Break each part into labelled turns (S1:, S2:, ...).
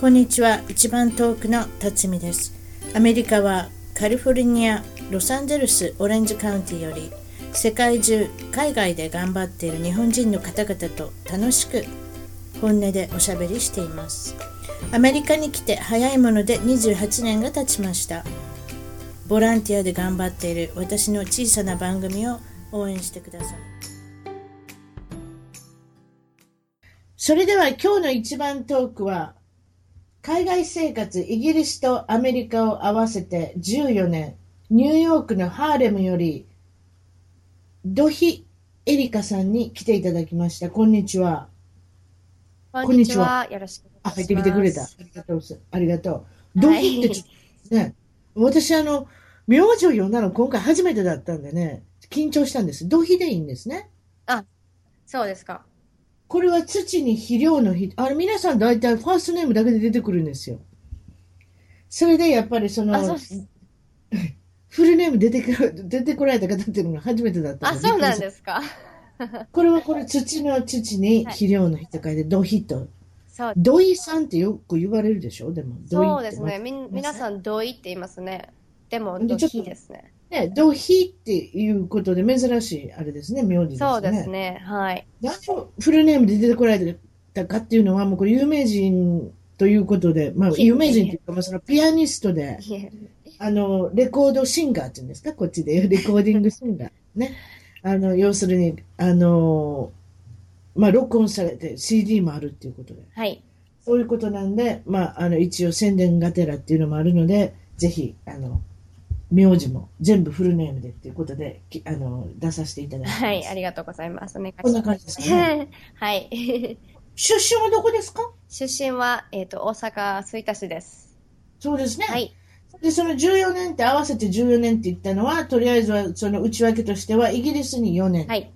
S1: こんにちは一番遠くの辰巳ですアメリカはカリフォルニアロサンゼルスオレンジカウンティより世界中海外で頑張っている日本人の方々と楽しく本音でおしゃべりしていますアメリカに来て早いもので28年が経ちましたボランティアで頑張っている私の小さな番組を応援してくださいそれでは今日の一番トークは海外生活イギリスとアメリカを合わせて14年ニューヨークのハーレムよりドヒエリカさんに来ていただきましたこんにちは
S2: こ
S1: んにちは。
S2: よろしくお
S1: あ
S2: 願いします。
S1: 入ってきてくれたありがとうありがとうドヒってちょっとね私あの名字を呼んだの今回初めてだったんでね緊張したんですドヒでいいんですね
S2: そうですか。
S1: これは土に肥料の日、あれ皆さん大体ファーストネームだけで出てくるんですよ。それでやっぱりその
S2: あ、そうです。
S1: フルネーム出てくる出てこられた方っていうのが 初めてだった
S2: あ、そうなん
S1: す。
S2: ですか。
S1: これはこれ土の土に肥料の日と書いてドヒと。
S2: そう。
S1: ドイさんってよく言われるでしょでも。ドイって
S2: そうですね。。みん、皆さん、同意って言いますね。でも、
S1: で
S2: ド
S1: ちょっと
S2: ヒですね。
S1: ね、ドヒっていうことで珍しいあれですね、名字ですね。
S2: そうですね。はい。
S1: なんでフルネームで出てこられたかっていうのは、もうこれ有名人ということで、まあ有名人というか、まあそのピアニストで、
S2: いえ
S1: あの、レコードシンガーっていうんですかこっちで言うレコーディングシンガー。ね。あの、要するに、あの、まあ、録音されて CD もあるっていうことで。
S2: はい。
S1: そういうことなんで、まあ、あの、一応宣伝がてらっていうのもあるので、ぜひ、あの、名字も全部フルネームでっていうことで、きあの、出させていただいてます。
S2: はい。ありがとうございます。お願いします。
S1: こんな感じですかね。
S2: はい。
S1: 出身はどこですか
S2: 出身は、えっと、大阪吹田市です。
S1: そうですね。
S2: はい。
S1: で、その14年って合わせて14年って言ったのは、とりあえずは、その内訳としては、イギリスに4年。
S2: はい。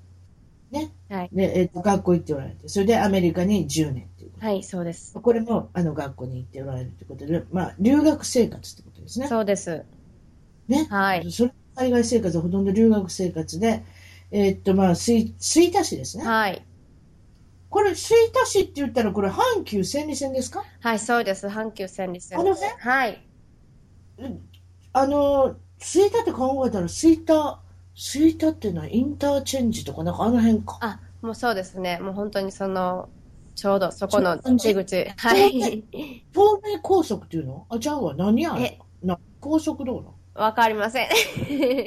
S1: ね。
S2: はい。
S1: で、えっと学校行っておられて、それでアメリカに10年っていうこ
S2: はい、そうです。
S1: と。これもあの学校に行っておられるということで、まあ、留学生活ってことですね。
S2: そうです。
S1: ね
S2: はい。
S1: それ海外生活はほとんど留学生活で、えっと、まあ、吹吹田市ですね。
S2: はい。
S1: これ、吹田市って言ったら、これ、阪急千里線ですか
S2: はい、そうです。阪急千里線
S1: あの辺
S2: はい。
S1: あの、吹田って考えたら、吹田、吹田っていうのはインターチェンジとか、なんかあの辺か。
S2: あ、もうそうですね。もう本当にその、ちょうどそこの
S1: ちょうど
S2: 出口。はい。
S1: 東名高速っていうのあ、じゃあ、何や
S2: え
S1: な高速道路
S2: わかりません。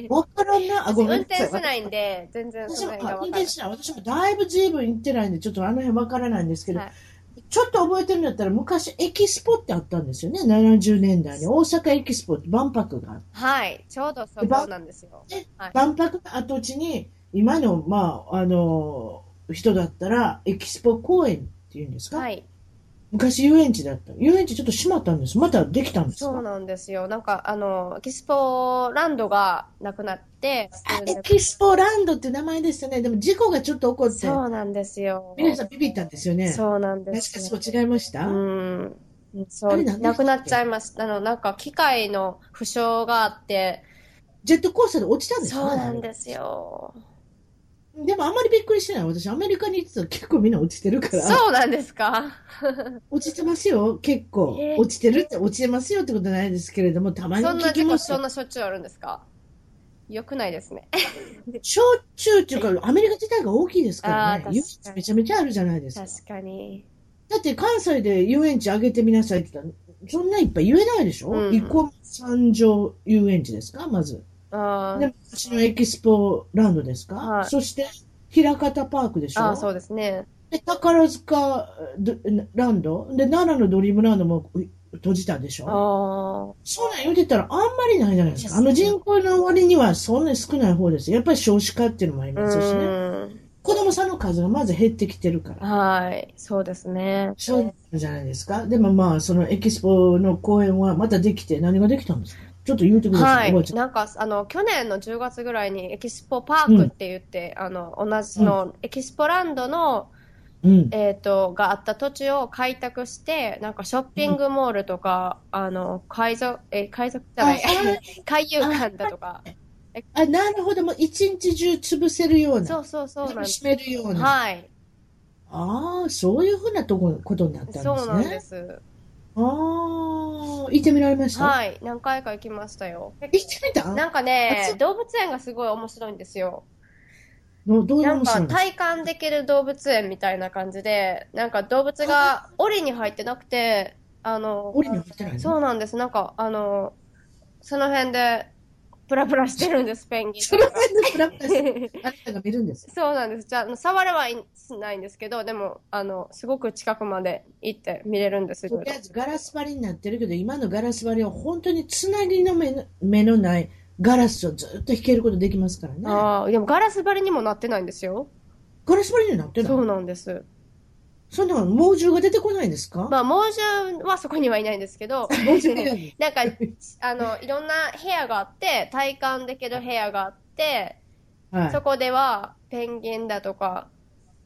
S1: わからんな。あ、ご
S2: 運
S1: めんなさ
S2: 転
S1: い。
S2: しないんで、全然
S1: 私
S2: そ
S1: も
S2: の辺が
S1: あ
S2: わ
S1: 運
S2: かんな
S1: 転
S2: い。
S1: しない私もだいぶずいぶん行ってないんで、ちょっとあの辺わからないんですけど、
S2: はい
S1: ちょっと覚えてるんだったら、昔、エキスポってあったんですよね、70年代に。大阪エキスポって万博があって、
S2: はい。ちょうどそこなんですよ。
S1: 万博の跡地に、今の、まあ、あの、人だったら、エキスポ公園っていうんですか、
S2: はい。
S1: 昔遊園地だった。遊園地ちょっと閉まったんです。またできたんです
S2: そう
S1: か
S2: なんですよ。なんか、あの、エキスポランドがなくなって、
S1: あエキスポランドって名前でしたね。でも事故がちょっと起こって、
S2: そうなんですよ。
S1: 皆さんビビったんですよね。確か
S2: そうなんですよ。
S1: そう違いました、
S2: うん。そ
S1: あ
S2: う、
S1: れ何でしたっけ
S2: なくなっちゃいました。あの、なんか、機械の負傷があって、
S1: ジェットコースターで落ちたんですか
S2: そうなんですよ。
S1: でもあんまりびっくりしてない。私、アメリカに行ってたら結構みんな落ちてるから。
S2: そうなんですか
S1: 落ちてますよ、結構
S2: え。ー
S1: 落ちてるって、落ちてますよってことないですけれども、たまに
S2: そんな
S1: 聞き
S2: 事故、
S1: ます
S2: そん
S1: よ。
S2: なしょっちゅうあるんですかよくないですね。
S1: しょっちゅうっていうか、アメリカ自体が大きいですからね
S2: あ。ー確かに
S1: 遊園地めちゃめちゃあるじゃないですか。
S2: 確かに。
S1: だって関西で遊園地上げてみなさいって言ったら、そんないっぱい言えないでしょ、
S2: うん
S1: 生駒三条遊園地ですかまず。
S2: あ
S1: で
S2: ー
S1: も、私のエキスポランドですか、
S2: はい
S1: そして、平方パークでしょ
S2: あー、そうですね。
S1: で、宝塚どランドで、奈良のドリームランドもう閉じたでし
S2: あー
S1: ょそんなん言うてたらあんまりないじゃないですか。あ
S2: そう
S1: の
S2: ですね
S1: 人口の割にはそんなに少ない方です。やっぱり少子化っていうのもあり
S2: う
S1: ますしね。
S2: ーん。
S1: 子供さんの数がまず減ってきてるから。
S2: はい。そうですね。
S1: そうなんじゃないですか。でもまあ、そのエキスポの公演はまたできて何ができたんですかちょっと言うてくだ
S2: は
S1: さい。おばあ
S2: い。
S1: ちゃん
S2: なんか、あの、去年の10月ぐらいにエキスポパークって言って、あの、同じの、エキスポランドの、
S1: うん。
S2: えっと、があった土地を開拓して、なんかショッピングモールとか、あの、海賊、え、海賊じゃない、 海遊館だとか。
S1: あ、なるほど。もう一日中潰せるよう
S2: そ
S1: な。
S2: うそうそうなん
S1: 楽
S2: で
S1: し
S2: す。
S1: めるような。
S2: はい。
S1: ああ、そういうふうなとこ、ことになったんですね。
S2: そうなんです。
S1: ああ、行ってみられました
S2: はい、何回か行きましたよ。
S1: 行ってみた
S2: なんか
S1: あ
S2: ね
S1: そ、
S2: 動物園がすごい面白いんですよ。
S1: のどういう
S2: な
S1: の
S2: ん
S1: も知ら
S2: か
S1: ない。
S2: 体感できる動物園みたいな感じで、なんか動物が檻に入ってなくて、あの、
S1: 檻に入ってないの
S2: そうなんです。なんか、あの、その辺で、プラプラしてるんです、ペンギン
S1: そ
S2: と
S1: の
S2: かが。
S1: 辺のプラプラしてるあなたが見るんです。
S2: そうなんです。じゃあ、触れはいないんですけど、でも、あの、すごく近くまで行って見れるんですよ
S1: とりあえずガラス張りになってるけど、今のガラス張りは本当につなぎの目の目のないガラスをずっと引けることできますからね。
S2: ああ、でもガラス張りにもなってないんですよ。
S1: ガラス張りになってない
S2: そうなんです。
S1: そんなの猛獣が出てこないんですか、
S2: まあ、猛獣はそこにはいないんですけど、
S1: 猛獣がいない
S2: なんか、あの、いろんな部屋があって、体感できる部屋があって、
S1: はい
S2: そこでは、ペンギンだとか、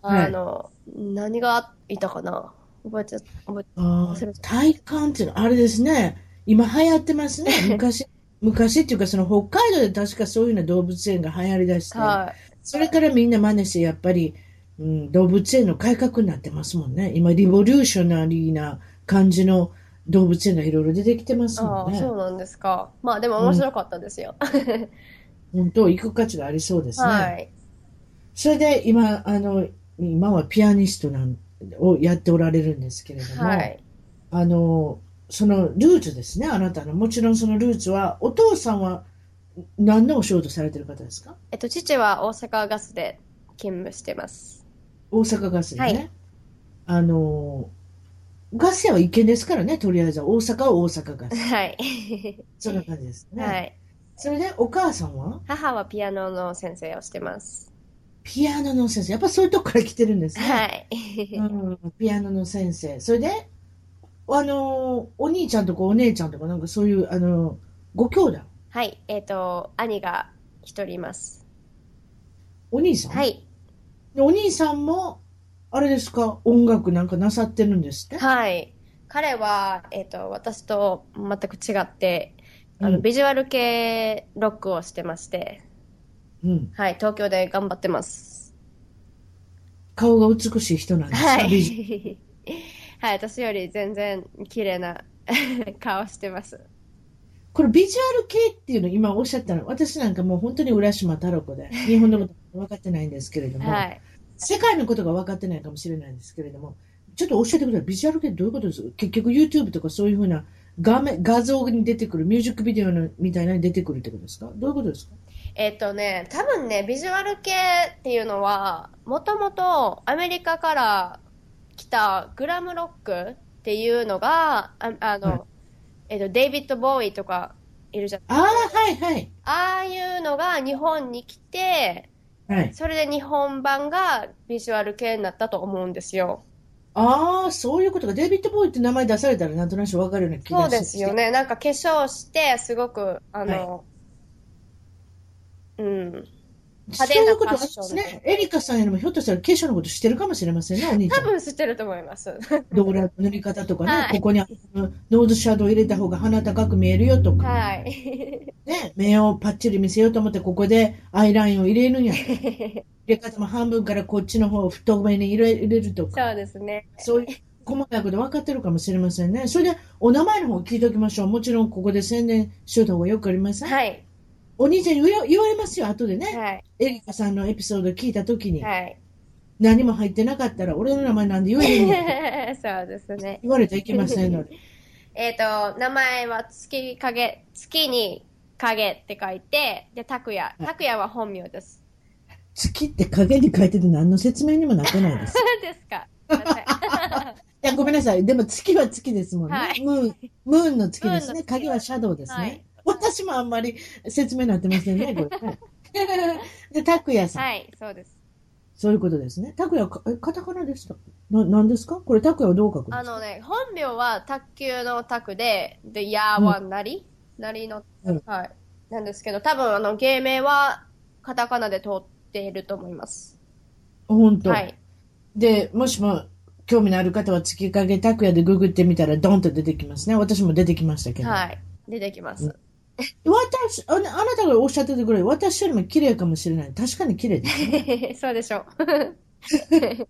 S1: はい
S2: あの、何がいたかな覚えちゃ覚え
S1: あー体感っていうのはあれですね今流行ってますね昔昔っていうかその北海道で確かそういうような動物園が流行りだして、
S2: はい。
S1: それからみんな真似してやっぱり、うん、動物園の改革になってますもんね今リボリューショナリーな感じの動物園がいろいろ出てきてます
S2: あ
S1: も
S2: あ
S1: ん
S2: ー、
S1: ね
S2: そうなんですか。まあ、でも面白かったですよ。
S1: 本当行く価値がありそうですね、
S2: はい。
S1: それで今あの今はピアニストなんをやっておられるんですけれども、
S2: はい。
S1: あの、そのルーツですね、あなたの。もちろんそのルーツは、お父さんは何のお仕事されてる方ですか
S2: えっと、父は大阪ガスで勤務してます。
S1: 大阪ガスでね。
S2: はい
S1: あの、ガス屋は一見ですからね、とりあえずは。大阪は大阪ガス。
S2: はい。
S1: そんな感じですね。
S2: はい。
S1: それで、お母さんは
S2: 母はピアノの先生をしてます。
S1: ピアノの先生。やっぱそういうとこから来てるんですね。
S2: はい。
S1: うん、ピアノの先生。それで、あの、お兄ちゃんとかお姉ちゃんとか、なんかそういう、あの、ご兄弟。
S2: はい。えっと、兄が一人います。
S1: お兄さん
S2: はい。
S1: でお兄さんも、あれですか、音楽なんかなさってるんですって
S2: はい。彼は、えっと、私と全く違って、あの、
S1: うん
S2: ビジュアル系ロックをしてまして、
S1: うん。
S2: はい。東京で頑張ってます。
S1: 顔が美しい人なんですか、
S2: は
S1: 美人
S2: い。はい。私より全然綺麗な 顔してます。
S1: これビジュアル系っていうの今おっしゃったの、私なんかもう本当に浦島太郎子 で、日本のこと分かってないんですけれども、
S2: はい。
S1: 世界のことが分かってないかもしれないんですけれども、ちょっと教えてください。ビジュアル系どういうことですか結局 YouTube とかそういうふうな画面、画像に出てくる、ミュージックビデオのみたいなのに出てくるってことですかどういうことですか
S2: えっとね、多分ね、ビジュアル系っていうのは、もともとアメリカから来たグラムロックっていうのが、あ、あの、
S1: はい
S2: えっと、デイビッド・ボーイとかいるじゃん。
S1: ああ、はいはい。
S2: ああいうのが日本に来て、
S1: はい。
S2: それで日本版がビジュアル系になったと思うんですよ。
S1: ああ、そういうことか。デイビッド・ボーイって名前出されたらなんとなく分かるような気が
S2: そう
S1: して
S2: ですよね。なんか化粧して、すごく、あの、うん。
S1: そう
S2: 派手
S1: い
S2: な
S1: うこと
S2: フ
S1: は
S2: ァッションで
S1: ね、エリカさんよりもひょっとしたら化粧のこと知ってるかもしれませんね、お兄ち
S2: 多
S1: ゃん。
S2: 分知ってると思います。
S1: ローラーの塗り方とかね、
S2: はい
S1: ここにあのノーズシャドウ入れた方が鼻高く見えるよと か、
S2: はい。
S1: ね、目をパッチリ見せようと思ってここでアイラインを入れる んや。入れ方も半分からこっちの方を太めに入れ入れるとか、
S2: そうですね。
S1: そういう細かいこと分かってるかもしれませんね。それで、お名前の方聞いておきましょう。もちろんここで宣伝しようた方がよくありません。
S2: はい。
S1: お兄ちゃん言わ言われますよ、後でね。
S2: はい。
S1: エリカさんのエピソード聞いたときに。
S2: はい。
S1: 何も入ってなかったら俺の名前なんで言えへんねん
S2: そうですね。
S1: 言われちゃいけませんので
S2: えっ、と、名前は月影、月に影って書いて、で、拓也。拓也は本名です。
S1: 月って影に書いてて何の説明にもなってないです
S2: そうです か。すいません
S1: いやごめんなさいでも月は月ですもんね、
S2: はい
S1: ムーンムーンの月で
S2: ムーン
S1: す
S2: の
S1: ね
S2: 月
S1: 影はシャドウですね、
S2: はい
S1: 私もあんまり説明になってません ねこれねで拓也さん、
S2: はい、そうです。
S1: そういうことですね拓也かえカタカナでしたな何ですかこれ拓也はどう書くんですか
S2: あのね、本名は卓球の卓で、で、やはなり、なりの、
S1: うん
S2: はい。なんですけど、多分あの、芸名はカタカナで通っていると思います。
S1: 本当、
S2: はい。
S1: で、もしも興味のある方は月影拓也でググってみたらドンと出てきますね。私も出てきましたけど。
S2: はい。出てきます。
S1: 私あの、あなたがおっしゃってたぐらい、私よりも綺麗かもし れない。確かに綺麗です。
S2: そうでしょう。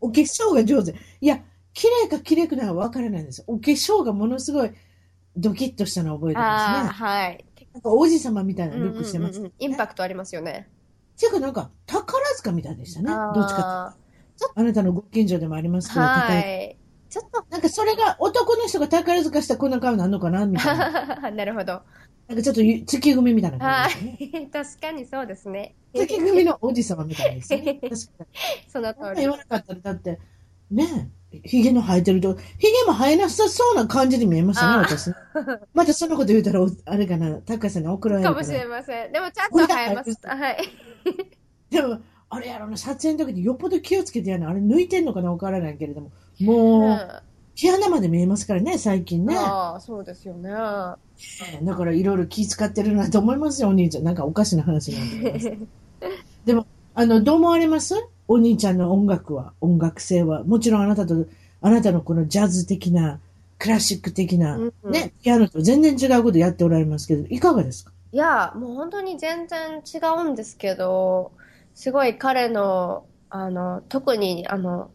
S1: お化粧が上手。いや、綺麗か綺麗くないか分からないんですよ。お化粧がものすごいドキッとしたのを覚えて
S2: あ
S1: ま
S2: あ、
S1: すね。
S2: はい。
S1: なんか王子様みたいな
S2: うんう
S1: ル
S2: ん
S1: ックしてます。
S2: うんうんインパクトありますよね。
S1: ていうかなんか宝塚みたいでしたね。
S2: あー
S1: どっちかっていうと。あなたのご近所でもありますけど、
S2: は
S1: 宝
S2: い。ちょっと、
S1: なんかそれが男の人が宝塚したらこんな顔なんのかなみたいな。
S2: なるほど。
S1: なんかちょっとゆ月組みたいな
S2: は
S1: 感じですね。
S2: い。確かにそうですね。
S1: 月組の王子様みたいですね。確かに
S2: その
S1: そん
S2: 通
S1: な
S2: り
S1: 言。わなかったら、だって、ねえ、ひげの生えてると、ひげも生えなさそうな感じに見えましたね、
S2: あー
S1: 私。またそんなこと言うたら、おあれかな、タカさんに怒られ
S2: か
S1: る
S2: も
S1: か
S2: し
S1: な
S2: れ。ません。でもちゃんと生えました。はい。
S1: でも、あれやろな、撮影の時によっぽど気をつけてやな、あれ抜いてんのかな、わからないけれども、もう、毛穴まで見えますからね、最近ね。
S2: ああ、そうですよね。
S1: だから、いろいろ気使ってるなと思いますよ、お兄ちゃん。なんかおかしな話になってきます。あの、どう思われますお兄ちゃんの音楽は、音楽性は。もちろんあなたと、あなたのこのジャズ的な、クラシック的な、
S2: うんうん
S1: ね、ピアノと全然違うことやっておられますけど、いかがですか
S2: いや、もう本当に全然違うんですけど、すごい彼の、あの、特に、あの、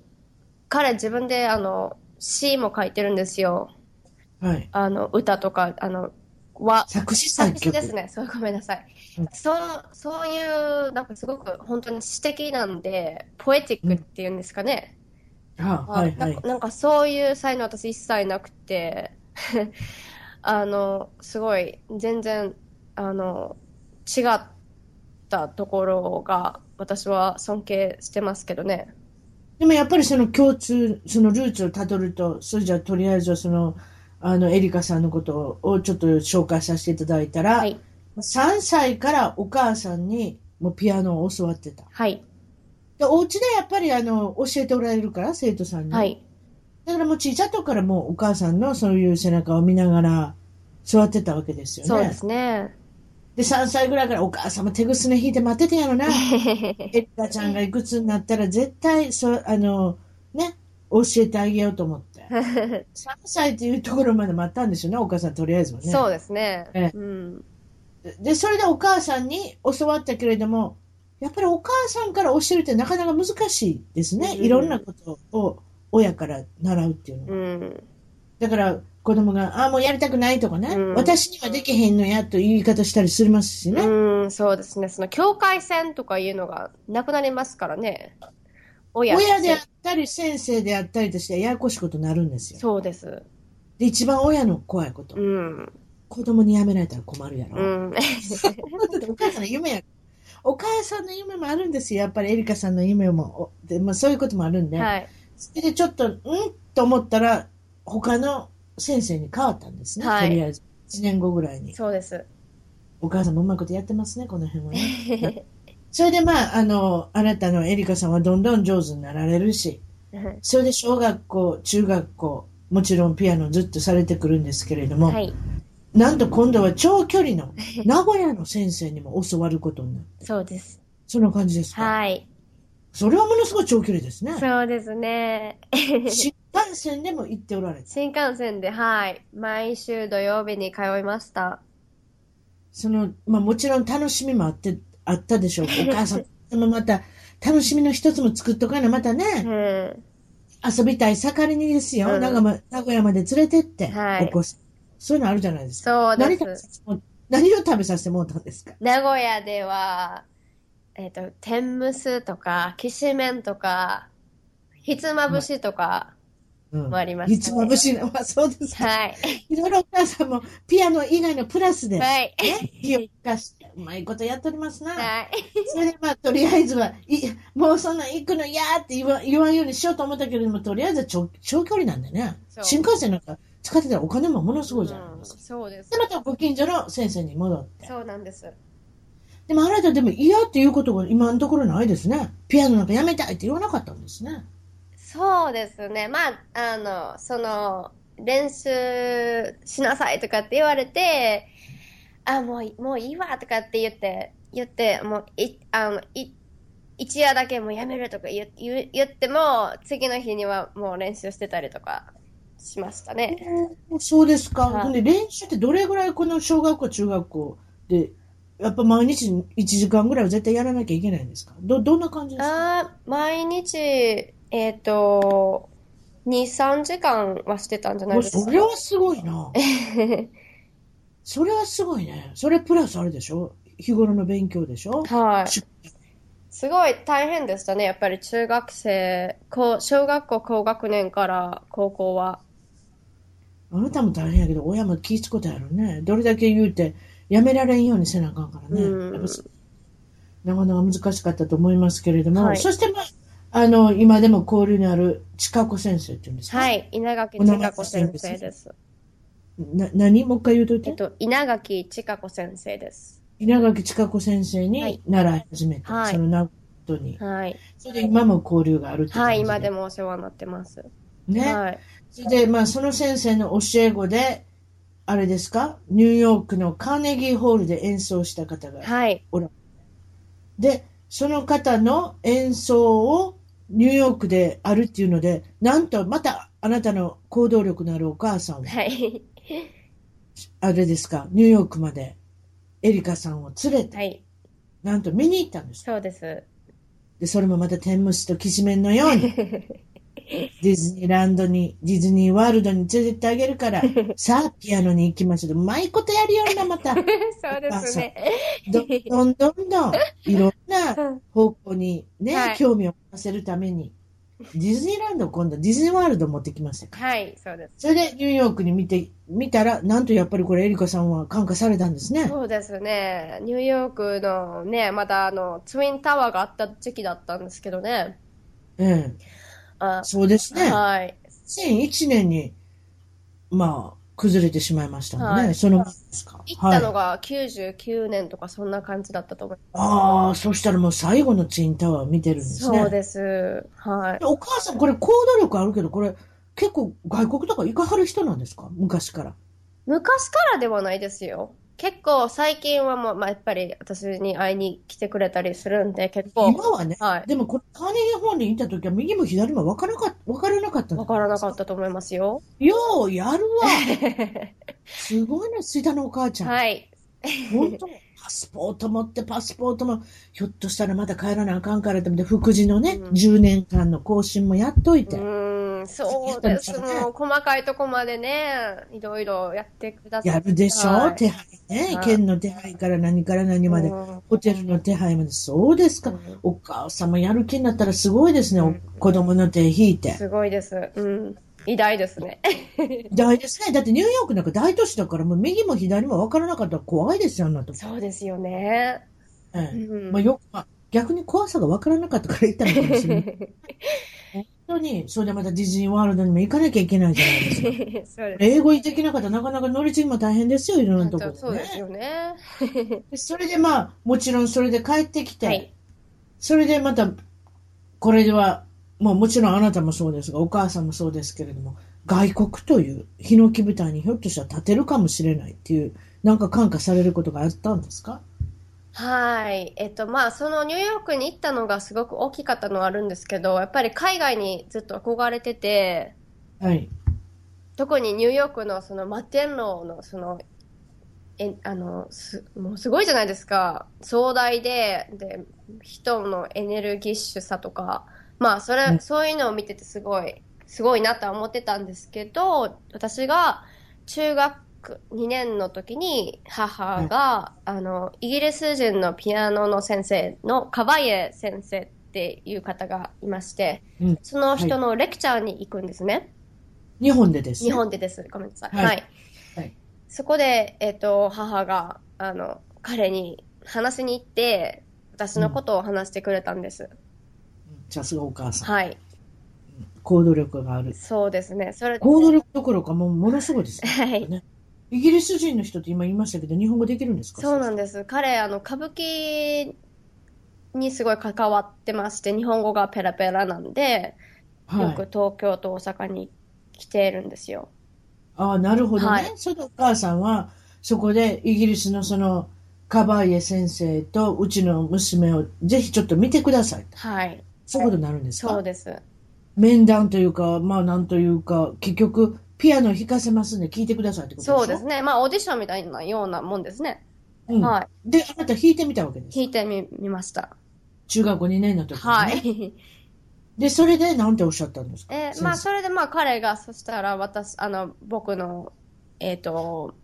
S2: 彼自分で、あの、詩も書いてるんですよ。
S1: はい。
S2: あの、歌とか、あの、和、
S1: 作詞作
S2: 作詞
S1: 曲。
S2: ですね。そう、ごめんなさい
S1: うん。
S2: そう、そういう、なんかすごく本当に詩的なんで、ポエティックっていうんですかね。
S1: あ
S2: あ
S1: はいは
S2: ないん。かなんかそういう才能私一切なくて あのすごい全然あの違ったところが私は尊敬してますけどね
S1: でもやっぱりその共通、そのルーツをたどると、それじゃあとりあえずはその、あの、エリカさんのことをちょっと紹介させていただいたら、
S2: はい
S1: 3歳からお母さんにもうピアノを教わってた。
S2: はい
S1: で、お家でやっぱりあの、教えておられるから、生徒さんに。
S2: はい
S1: だからもう小さい時からもうお母さんのそういう背中を見ながら座ってたわけですよね。
S2: そうです ね
S1: で、3歳ぐらいからお母さんも手ぐすね引いて待っててんやろな。エリカちゃんがいくつになったら絶対、そう、あの、ね、教えてあげようと思って。3歳 っていうところまで待ったんでしょうね、お母さんとりあえずはね。
S2: そうですね
S1: ええ
S2: うん
S1: で、それでお母さんに教わったけれども、やっぱりお母さんから教えるってなかなか難しいですね。
S2: うん
S1: いろんなことを親から習うっていうのは。
S2: うん
S1: だから、子供が、ああ、もうやりたくないとかね、
S2: うん
S1: 私にはできへんのやという言い方したりしますしね。
S2: うんそうですねその境界線とかいうのがなくなりますからね親
S1: 親であったり、先生であったりとして、ややこしいことになるんですよ。
S2: そうです
S1: で、一番親の怖いこと。
S2: うん
S1: 子供にやめられたら困るやろ。
S2: うん
S1: だってお母さんの夢や。お母さんの夢もあるんですよ。やっぱりエリカさんの夢も。おでまあ、そういうこともあるんで。
S2: はい
S1: それで、ちょっと、んと思ったら、他の先生に変わったんですね。
S2: はい
S1: とりあえず。1年後ぐらいに。
S2: そうです
S1: お母さんもうまいことやってますね、この辺はね。それでまあ、あの、あなたのエリカさんはどんどん上手になられるし、それで小学校、中学校、もちろんピアノずっとされてくるんですけれども、
S2: はい、
S1: なんと今度は長距離 の名古屋の先生にも教わることになる。
S2: そうです。
S1: そんな感じですか、
S2: はい、
S1: それはものすごい長距離ですね。
S2: そうですね。
S1: 新幹線でも行っておられた。
S2: 新幹線で、はい、毎週土曜日に通いました。
S1: その、まあもちろん楽しみもあって、あったでしょう。 お母さんでもまた、楽しみの一つも作っとかな、またね。
S2: うん、
S1: 遊びたい盛りにですよ、
S2: うん
S1: 名古屋名古屋まで連れてって、
S2: はい
S1: お子さん。そういうのあるじゃないです
S2: そ
S1: か。
S2: う
S1: 何
S2: で
S1: 食べ
S2: す。
S1: させても何を食べさせてもらったんですか
S2: 名古屋では、えっ、と、天むすとか、きしめんとか、ひつまぶしとか、
S1: うん
S2: もありましたね
S1: いつまぶしいのは、そう ですか。
S2: はい、
S1: いろいろお母さんも、ピアノ以外のプラスで、
S2: はい、
S1: 気を利かして、うまいことやっておりますな。
S2: はい、
S1: それでまあ、とりあえずは、いもうそんなん行くの嫌って言わ言わんようにしようと思ったけれども、とりあえずは長長距離なんでね。
S2: そう
S1: 新幹線なんか使ってたらお金もものすごいじゃないですか。
S2: うんそうです
S1: で、。またご近所の先生に戻って。
S2: そうなんです。
S1: でもあなたでも嫌っていうことが今のところないですね。ピアノなんかやめたいって言わなかったんですね。
S2: そうですね。まあ、あの、その、練習しなさいとかって言われて、あ、もうい、もういいわとかって言って、言って、もう、い、あの、い、一夜だけもうやめるとか言、言、言っても、次の日にはもう練習してたりとかしましたね。
S1: そうですか。
S2: はい
S1: ほんで練習ってどれぐらいこの小学校、中学校で、やっぱ毎日1時間ぐらいは絶対やらなきゃいけないんですかど、どんな感じですか
S2: あー毎日、えっ、と、 2、3時間はしてたんじゃない
S1: もう
S2: です
S1: そ
S2: か
S1: れ。はすご いな。それはすごいね。それプラスあれでしょ日頃の勉強でしょ
S2: はい
S1: し。
S2: すごい大変でしたね。やっぱり中学生、高小学校高学年から高校は。
S1: あなたも大変やけど、親も気ぃつことやろね。どれだけ言うて、やめられんようにせなあかんからね。
S2: うん
S1: やっぱすなかなか難しかったと思いますけれども、
S2: はい
S1: そして、まあ、あの、今でも交流のある近子先生っていうんですか
S2: はい。稲垣千佳子先生です。
S1: な何もう一回言うといて。
S2: えっと、稲垣千佳子先生です。
S1: 稲垣千佳子先生
S2: はい
S1: に習い始めて、
S2: はい
S1: その名とに。
S2: はい。
S1: それで今も交流があるって感じ
S2: はい。今でもお世話になってます。
S1: ね。
S2: はい。
S1: それで、まあ、その先生の教え子で、あれですかニューヨークのカーネギーホールで演奏した方が。
S2: はい。
S1: で、その方の演奏をニューヨークであるっていうので、なんとまたあなたの行動力のあるお母さんは、
S2: はい。
S1: あれですか、ニューヨークまでエリカさんを連れて、
S2: はい。
S1: なんと見に行ったんです。
S2: そうです。
S1: で、それもまた天むすときしめんのように、ディズニーランドに、ディズニーワールドに連れてってあげる から、さあ、ピアノに行きましょう。うまいことやるような、ま た。
S2: そうですね。
S1: どどんどんどん、いろんな方向にね、
S2: はい
S1: 興味を持たせるために、ディズニーランドを今度、ディズニーワールドを持ってきましたから。
S2: はい。そうです。
S1: それでニューヨークに見て、見たら、なんとやっぱりこれ、エリカさんは感化されたんですね。
S2: そうですね。ニューヨークのね、まだあの、ツインタワーがあった時期だったんですけどね。
S1: ええ、
S2: あ、
S1: そうですね。
S2: はい。
S1: 2001年に、まあ、崩れてしまいましたもんね。
S2: はい
S1: その前ですか。
S2: 行ったの
S1: は
S2: が
S1: い、
S2: 99年とかそんな感じだったと思いま。
S1: ああ、そしたらもう最後のツインタワー見てるんですすね。
S2: そうです。はい。
S1: お母さん、これ行動力あるけど、これ、結構外国とか行かはる人なんですか昔から。
S2: 昔からではないですよ。結構最近はもう、まあ、やっぱり私に会いに来てくれたりするんで、結構。
S1: 今はね、
S2: は
S1: でもこれ、カーネギーホールに行った時は右も左も分からなかった、分からなかっ
S2: い。
S1: たんだ
S2: わからなかったと思いますよ。
S1: ようやる わ。すごいね、水田のお母ちゃん。
S2: はい。
S1: 本当パスポート持って、パスポートも、ひょっとしたらまだ帰らなあかんからって、福祉のね、
S2: うん
S1: 10年間の更新もやっというて。
S2: ーん、そうです。もう、細かいとこまでね、いろいろやってくださ
S1: やるでしょ、
S2: はい
S1: 手配ね、
S2: はい
S1: 県の手配から何から何まで、
S2: うん
S1: ホテルの手配まで、そうですか。
S2: うん
S1: お母様やる気になったらすごいですね、
S2: うん
S1: お子供の手引いて。
S2: すごいです。うん。偉大ですね。
S1: 大ですね。だってニューヨークなんか大都市だから、もう右も左も分からなかったら怖いですよ、あんなとこ。
S2: そうですよね。
S1: え
S2: う
S1: え
S2: ん
S1: まあ、よく、まあ、逆に怖さが分からなかったから行ったのかもしれない。 本当に、それでまたディズニーワールドにも行かなきゃいけないじゃないで すか。
S2: そうです。
S1: 英語できなかったらなかなか乗り継ぎも大変ですよ、いろんなところ
S2: そう
S1: で
S2: で
S1: ね
S2: すよね。
S1: でそれでまあ、もちろんそれで帰ってきて、
S2: はい。
S1: それでまた、これでは、まあもちろんあなたもそうですが、お母さんもそうですけれども、外国という、ヒノキ舞台にひょっとしたら立てるかもしれないっていう、なんか感化されることがあったんですか
S2: はい。えっと、まあ、そのニューヨークに行ったのがすごく大きかったのはあるんですけど、やっぱり海外にずっと憧れてて、
S1: はい。
S2: 特にニューヨークのその摩天楼のその、え、あの、す、もうすごいじゃないですか。壮大で、で、人のエネルギッシュさとか、まあ、それ、
S1: うん
S2: そういうのを見ててすごい、すごいなとは思ってたんですけど、私が中学2年の時に母が、あの、イギリス人のピアノの先生のカバイエ先生っていう方がいまして、
S1: うん
S2: その人のレクチャーに行くんですね。
S1: 日本でです、ね。
S2: 日本でです。ごめんなさい。
S1: はい
S2: はい。
S1: はい
S2: そこで、えっ、と、母が、あの、彼に話しに行って、私のことを話してくれたんです。
S1: さすがお母さん。
S2: はい。
S1: 行動力がある。
S2: そうですね。それ
S1: 行動力どころかもうものすごいですね。
S2: はい。
S1: イギリス人の人って今言いましたけど、日本語できるんですか
S2: そうなん
S1: で
S2: です。彼、あの、歌舞伎にすごい関わってまして、日本語がペラペラなんで、
S1: す。は
S2: よ
S1: い
S2: く。東京と大阪に来てるんですよ。
S1: ああ、なるほどね。
S2: はい
S1: それでお母さんは、そこでイギリスのその、カバーイエ先生とうちの娘をぜひちょっと見てくださいと。
S2: はい。
S1: そういうことになるんですか、
S2: そうです。
S1: 面談というか、まあなんというか、結局、ピアノ弾かせますんで聞いてくださいってことでしょ
S2: そうですね。まあ、オーディションみたいなようなもんですね。
S1: うん
S2: は
S1: で、あなた弾いてみたわけで
S2: い。
S1: す。
S2: 聞いてみ、みました。
S1: 中学校2年の時にね、
S2: はい。
S1: で、それでなんておっしゃったんですか
S2: え
S1: 先
S2: ー
S1: 生
S2: まあ、それでまあ彼が、そしたら私、あの、僕の、えっ、と、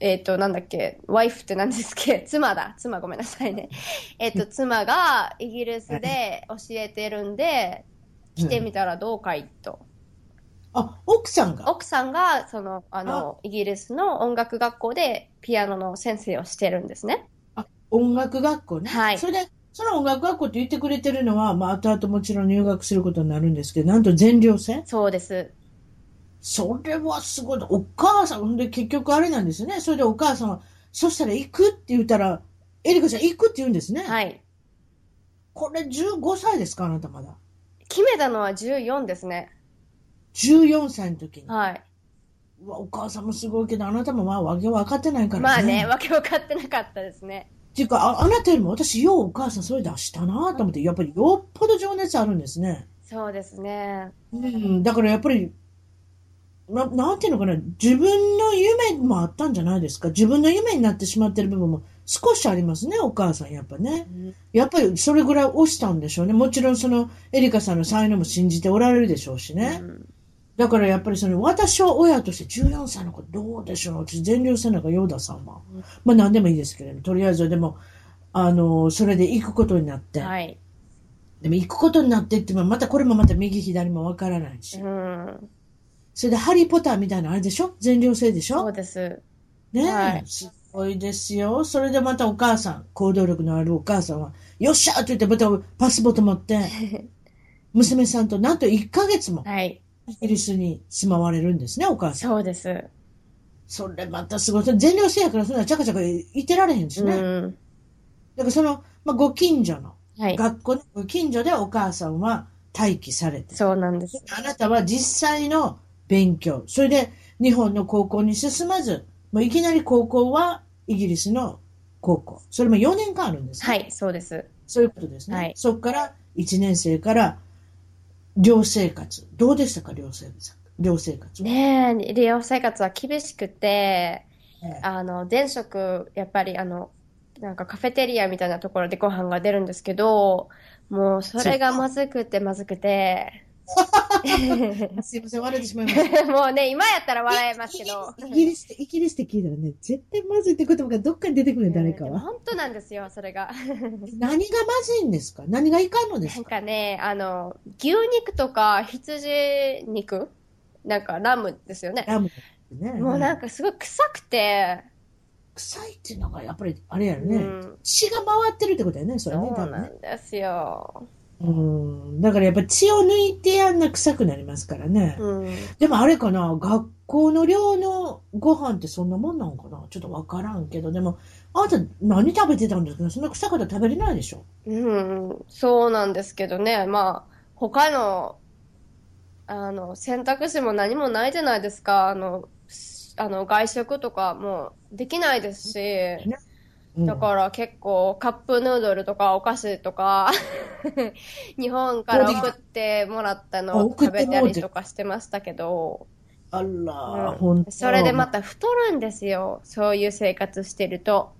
S2: えっ、と、なんだっけ、ワイフって何ですっけ、 妻だ、妻ごめんなさい ね。えっと、妻がイギリスで教えてるんで、来てみたらどうかいと。
S1: あ、奥さんが。
S2: 奥さんが、その、あの、イギリスの音楽学校でピアノの先生をしてるんですね。
S1: 音楽学校ね。
S2: はい
S1: それで、その音楽学校って言ってくれてるのは、まあ、後々もちろん入学することになるんですけど、なんと全寮制
S2: そうです。
S1: それはすごい。お母さん、ほんで結局あれなんですよね。それでお母さんは、そしたら行くって言ったら、エリカちゃん行くって言うんですね。
S2: はい。
S1: これ15歳ですかあなたまだ。
S2: 決めたのは14ですね。
S1: 14歳の時に。
S2: はい。
S1: うわお母さんもすごいけど、あなたもまあ、わけ分かってないからね。
S2: まあね、わけわかってなかったですね。
S1: っていうか、ああなたよりも私、ようお母さんそれ出したなと思って、やっぱりよっぽど情熱あるんですね。
S2: そうですね。
S1: うん、だからやっぱり、ななんていうのかな、自分の夢もあったんじゃないですか。自分の夢になってしまってる部分も少しありますね、お母さん、やっぱね。やっぱりそれぐらい押したんでしょうね。もちろんその、エリカさんの才能も信じておられるでしょうしね。
S2: うん
S1: だからやっぱりその、私は親として14歳の子どうでしょう私全寮制なんかヨーダさんは。まあ何でもいいですけれども、とりあえずでも、あの、それで行くことになって。
S2: はい。
S1: でも行くことになってっても、またこれもまた右左もわからないし。
S2: うん。
S1: それでハリーポッターみたいなあれでしょ全寮制でし
S2: そう
S1: ょ
S2: です。
S1: ねえ、
S2: はい
S1: すごいですよ。それでまたお母さん、行動力のあるお母さんは、よっしゃーって言ってまたパスポート持って、 娘さんとなんと1ヶ月も
S2: はい。
S1: イギリスに住まわれるんですね、お母さん。
S2: そうです。
S1: それまたすごい。全寮制やからそんなちゃかちゃかいてられへんし
S2: う
S1: ね。だ
S2: ん。
S1: からその、まあ、ご近所の、
S2: はい。
S1: 学校のご近所でお母さんは待機されて。
S2: そうなんです。
S1: あなたは実際の勉強。それで日本の高校に進まず、もういきなり高校はイギリスの高校。それも4年間あるんですね
S2: はい、そうです。
S1: そういうことですね。
S2: はい
S1: そこから1年生から寮生活。どうでしたか、寮生活。寮生活。
S2: ねえ、利用生活は厳しくて、
S1: ええ
S2: あの、前職、やっぱりあの、なんかカフェテリアみたいなところでご飯が出るんですけど、もうそれがまずくてまずくて。
S1: すいません、笑ってしまいました。
S2: もうね、今やったら笑えますけど。
S1: イギリスイギリスって、イギリスって聞いたらね、絶対まずいって言葉がどっかに出てくるよ、誰か
S2: うんでも
S1: は。
S2: 本当なんですよ、それが。
S1: 何がまずいんですか何がいかんので
S2: な
S1: す
S2: ん
S1: か
S2: かね、あの、牛肉とか羊肉なんかラムですよね。
S1: ラムネね。
S2: もうなんかすごい臭くて、
S1: 臭いっていうのがやっぱりあれやろね、
S2: うん、
S1: 血が回ってるってことやねそれね
S2: そう
S1: 多
S2: な
S1: 分ね
S2: んですよ。
S1: うんだからやっぱ血を抜いてやんな臭くなりますからね、
S2: うん。
S1: でもあれかな学校の寮のご飯ってそんなもんなんかなちょっとわからんけどでもあなた何食べてたんですかそんな臭いこと食べれないでしょ
S2: うん、そうなんですけどね、まあ、他の、あの、選択肢も何もないじゃないですか。あの、すあの、外食とかもできないですし、
S1: うん
S2: だから結構カップヌードルとかお菓子とか、 日本から送ってもらったのを食べたりとかしてましたけど、
S1: あら、
S2: うん
S1: ほんと
S2: それでまた太るんですよ。そういう生活してると。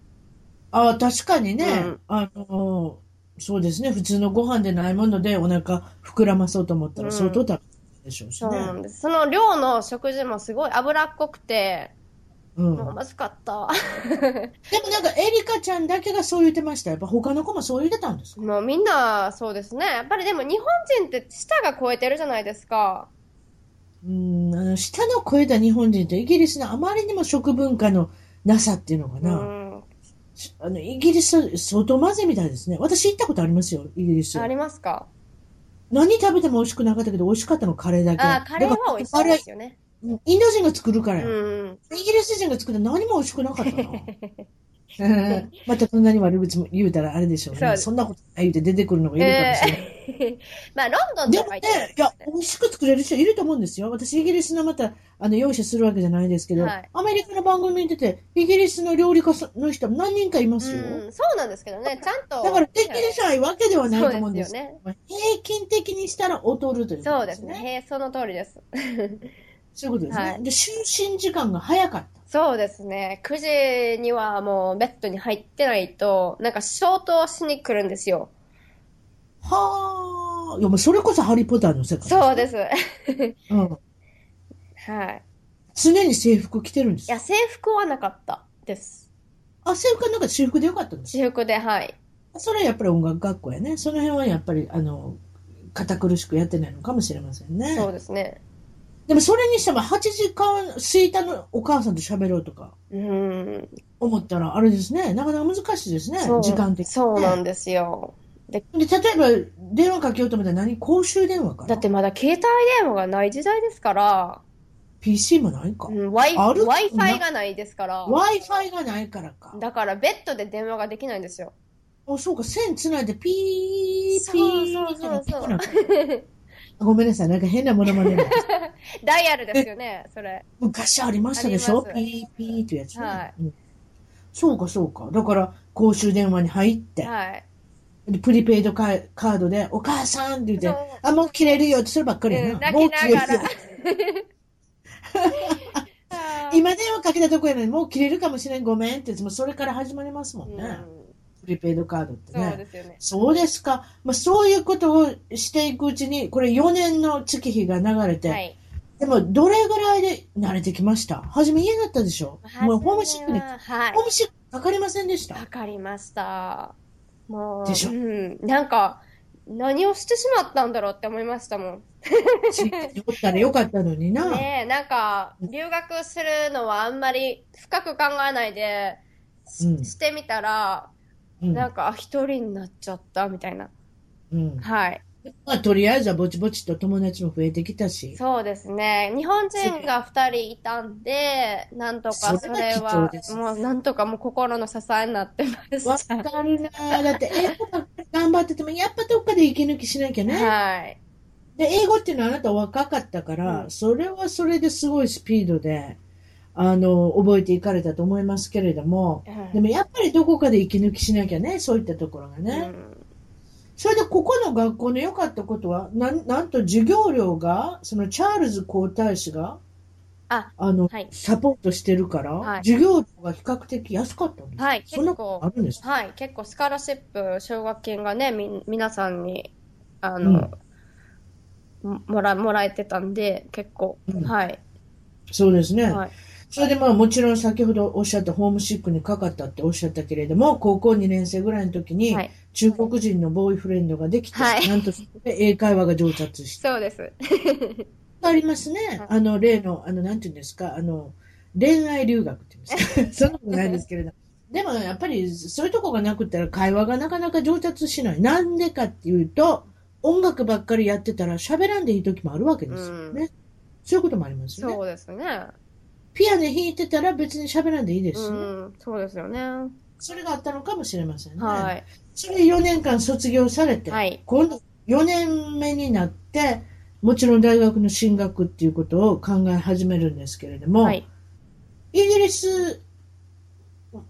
S1: あ確かにね、
S2: うん
S1: あのそうですね普通のご飯でないものでお腹膨らまそうと思ったら相当食べてるでしょうし
S2: そう
S1: ね、
S2: なんです。その量の食事もすごい脂っこくて、
S1: うん
S2: もうまずかった。
S1: でもなんか、エリカちゃんだけがそう言ってました。やっぱ他の子もそう言ってたんですか
S2: もうみんなそうですね。やっぱりでも日本人って舌が超えてるじゃないですか。
S1: うん、あの、舌の肥えた日本人とイギリスのあまりにも食文化のなさっていうのか
S2: う
S1: な。
S2: ん。
S1: あの、イギリス、相当混ぜみたいですね。私行ったことありますよ、イギリス
S2: あ。りますか
S1: 何食べても美味しくなかったけど、美味しかったのカレーだけ。
S2: あ、カレーは美味しいですよね。
S1: だからインド人が作るから
S2: う
S1: よ、
S2: ん。
S1: イギリス人が作る何も美味しくなかったな。 うんまたそんなに悪口も言うたらあれでしょう
S2: そう
S1: ね。
S2: です
S1: そんなことない言うて出てくるのがいるかもしれない。
S2: えー まあロンドン
S1: で
S2: と
S1: も
S2: か
S1: ね
S2: 行ってます、
S1: いや、
S2: ね
S1: 美味しく作れる人いると思うんですよ。私、イギリスのまた、あの、容赦するわけじゃないですけど、
S2: はい
S1: アメリカの番組に出て、イギリスの料理家さんの人何人かいますよ。
S2: うん、そうなんですけどね、ちゃんと。
S1: だから、敵でしないわけではないと思うんです
S2: そうですよね。
S1: まあ平均的にしたら劣るというこ
S2: そ
S1: と
S2: う
S1: で
S2: ですす
S1: ね。
S2: ね。へーその通りです。
S1: そういうことですね。
S2: はい
S1: で、就寝時間が早かった。
S2: そうですね。9時にはもうベッドに入ってないと、なんか消灯しに来るんですよ。
S1: はあ、いや、もうそれこそハリー・ポッターの世界。
S2: そうです。は
S1: うん。
S2: い。
S1: 常に制服着てるんで
S2: い
S1: す
S2: や、。制服はなかったです。
S1: あ、制服はなんか私服でよかったんです
S2: 私服で、はい。
S1: それはやっぱり音楽学校やね。その辺はやっぱり、あの、堅苦しくやってないのかもしれませんね。
S2: そうですね。
S1: でもそれにしても8時間過ぎたのお母さんと喋ろうとか
S2: うーん。
S1: 思ったら、あれですね、なかなか難しいですね、
S2: そう
S1: 時間的に、ね。
S2: そうなんですよ。
S1: で、例えば電話かけようと思ったら何公衆電話かな
S2: だってまだ携帯電話がない時代ですから、
S1: ?PC もないか。
S2: うん、Wi-
S1: ある
S2: Wi-Fi がないですから、
S1: Wi-Fi がないからか。
S2: だからベッドで電話ができないんですよ。
S1: あ、そうか、線つないでピー、ピ
S2: そう
S1: ー
S2: そう
S1: ってなって
S2: そう
S1: こ
S2: そう
S1: なかったごめんなさい、なんか変なものまね。
S2: ダイヤルですよね、それ。
S1: 昔ありましたでしょ
S2: あ
S1: ピ
S2: り
S1: ーピーってやつね、
S2: は
S1: うんそうか、そうか。だから、公衆電話に入って、
S2: はい。
S1: でプリペイドカカードで、お母さんって言って
S2: そう、
S1: あ、もう切れるよってそればっかりや
S2: うん
S1: な。
S2: 泣
S1: もう
S2: き
S1: 切
S2: な
S1: れ
S2: が
S1: るよ
S2: ら。。あー
S1: 今電話かけたとこやのに、もう切れるかもしれん、ごめんって、もうそれから始まりますもんね。
S2: うん
S1: プリペイドカードって
S2: そう
S1: ね。
S2: ですよね。
S1: そうですか。まあ、そういうことをしていくうちに、これ4年の月日が流れて、
S2: はい。
S1: でも、どれぐらいで慣れてきました初め家だったでしょもうホームシックに、
S2: はい
S1: ホー。ムシックかかりませんでした
S2: わかりました。もう、
S1: でしょ
S2: うん。なんか、何をしてしまったんだろうって思いましたもん。
S1: 地域におったらよかったのにな。
S2: ねえ、なんか、留学するのはあんまり深く考えないで、し
S1: うん
S2: してみたら、
S1: うん
S2: なんか、あ一人になっちゃったみたいな。
S1: うん
S2: はい。
S1: まあ、とりあえずはぼちぼちと友達も増えてきたし、
S2: そうですね。日本人が二人いたんで、なんとか
S1: そ
S2: そ
S1: れは
S2: れ
S1: 貴重
S2: は
S1: です、
S2: もうなんとかもう心の支えになってま
S1: わ
S2: した。
S1: かるなぁ。だって、英語ばっかり頑張ってても、やっぱどっかで息抜きしなきゃね。
S2: はい。
S1: で、英語っていうのはあなた若かったから、
S2: うん
S1: それはそれですごいスピードで、あの、覚えていかれたと思いますけれども、
S2: うん
S1: でもやっぱりどこかで息抜きしなきゃね、そういったところが
S2: う
S1: ね。
S2: ん
S1: それで、ここの学校の良かったことは、なん、なんと授業料が、そのチャールズ皇太子が、
S2: あ、
S1: の、
S2: はい
S1: サポートしてるから、
S2: はい
S1: 授業料が比較的安かったんです。
S2: はい、
S1: そんな
S2: 結
S1: こ
S2: 構
S1: とあ、るんですか
S2: はい、結構スカラシップ、奨学金がね、み、皆さんに、あ
S1: うん
S2: の、ももら、もらえてたんで、結構
S1: うん、
S2: はい、
S1: そうですね。
S2: はい、
S1: それでまあもちろん先ほどおっしゃったホームシックにかかったっておっしゃったけれども、高校2年生ぐらいの時に
S2: はい、
S1: 中国人のボーイフレンドができて、
S2: はい
S1: なんとそこで英会話が上達して。
S2: そうです。
S1: ありますね。あの例の、あの、なんていうんですか、あの、恋愛留学って言うんです か。そんなことないですけれど。でもやっぱりそういうとこがなくったら会話がなかなか上達しない。なんでかっていうと、音楽ばっかりやってたら喋らんでいい時もあるわけですよね。そういうこともありますよね
S2: そ。うですね。
S1: ピアノ弾いてたら別に喋らんでいいですし
S2: う
S1: ね。
S2: ん、そうですよね。
S1: それがあったのかもしれませんね。
S2: はい、
S1: それ4年間卒業されて、
S2: はい、
S1: 今度4年目になって、もちろん大学の進学っていうことを考え始めるんですけれども、
S2: はい。
S1: イギリス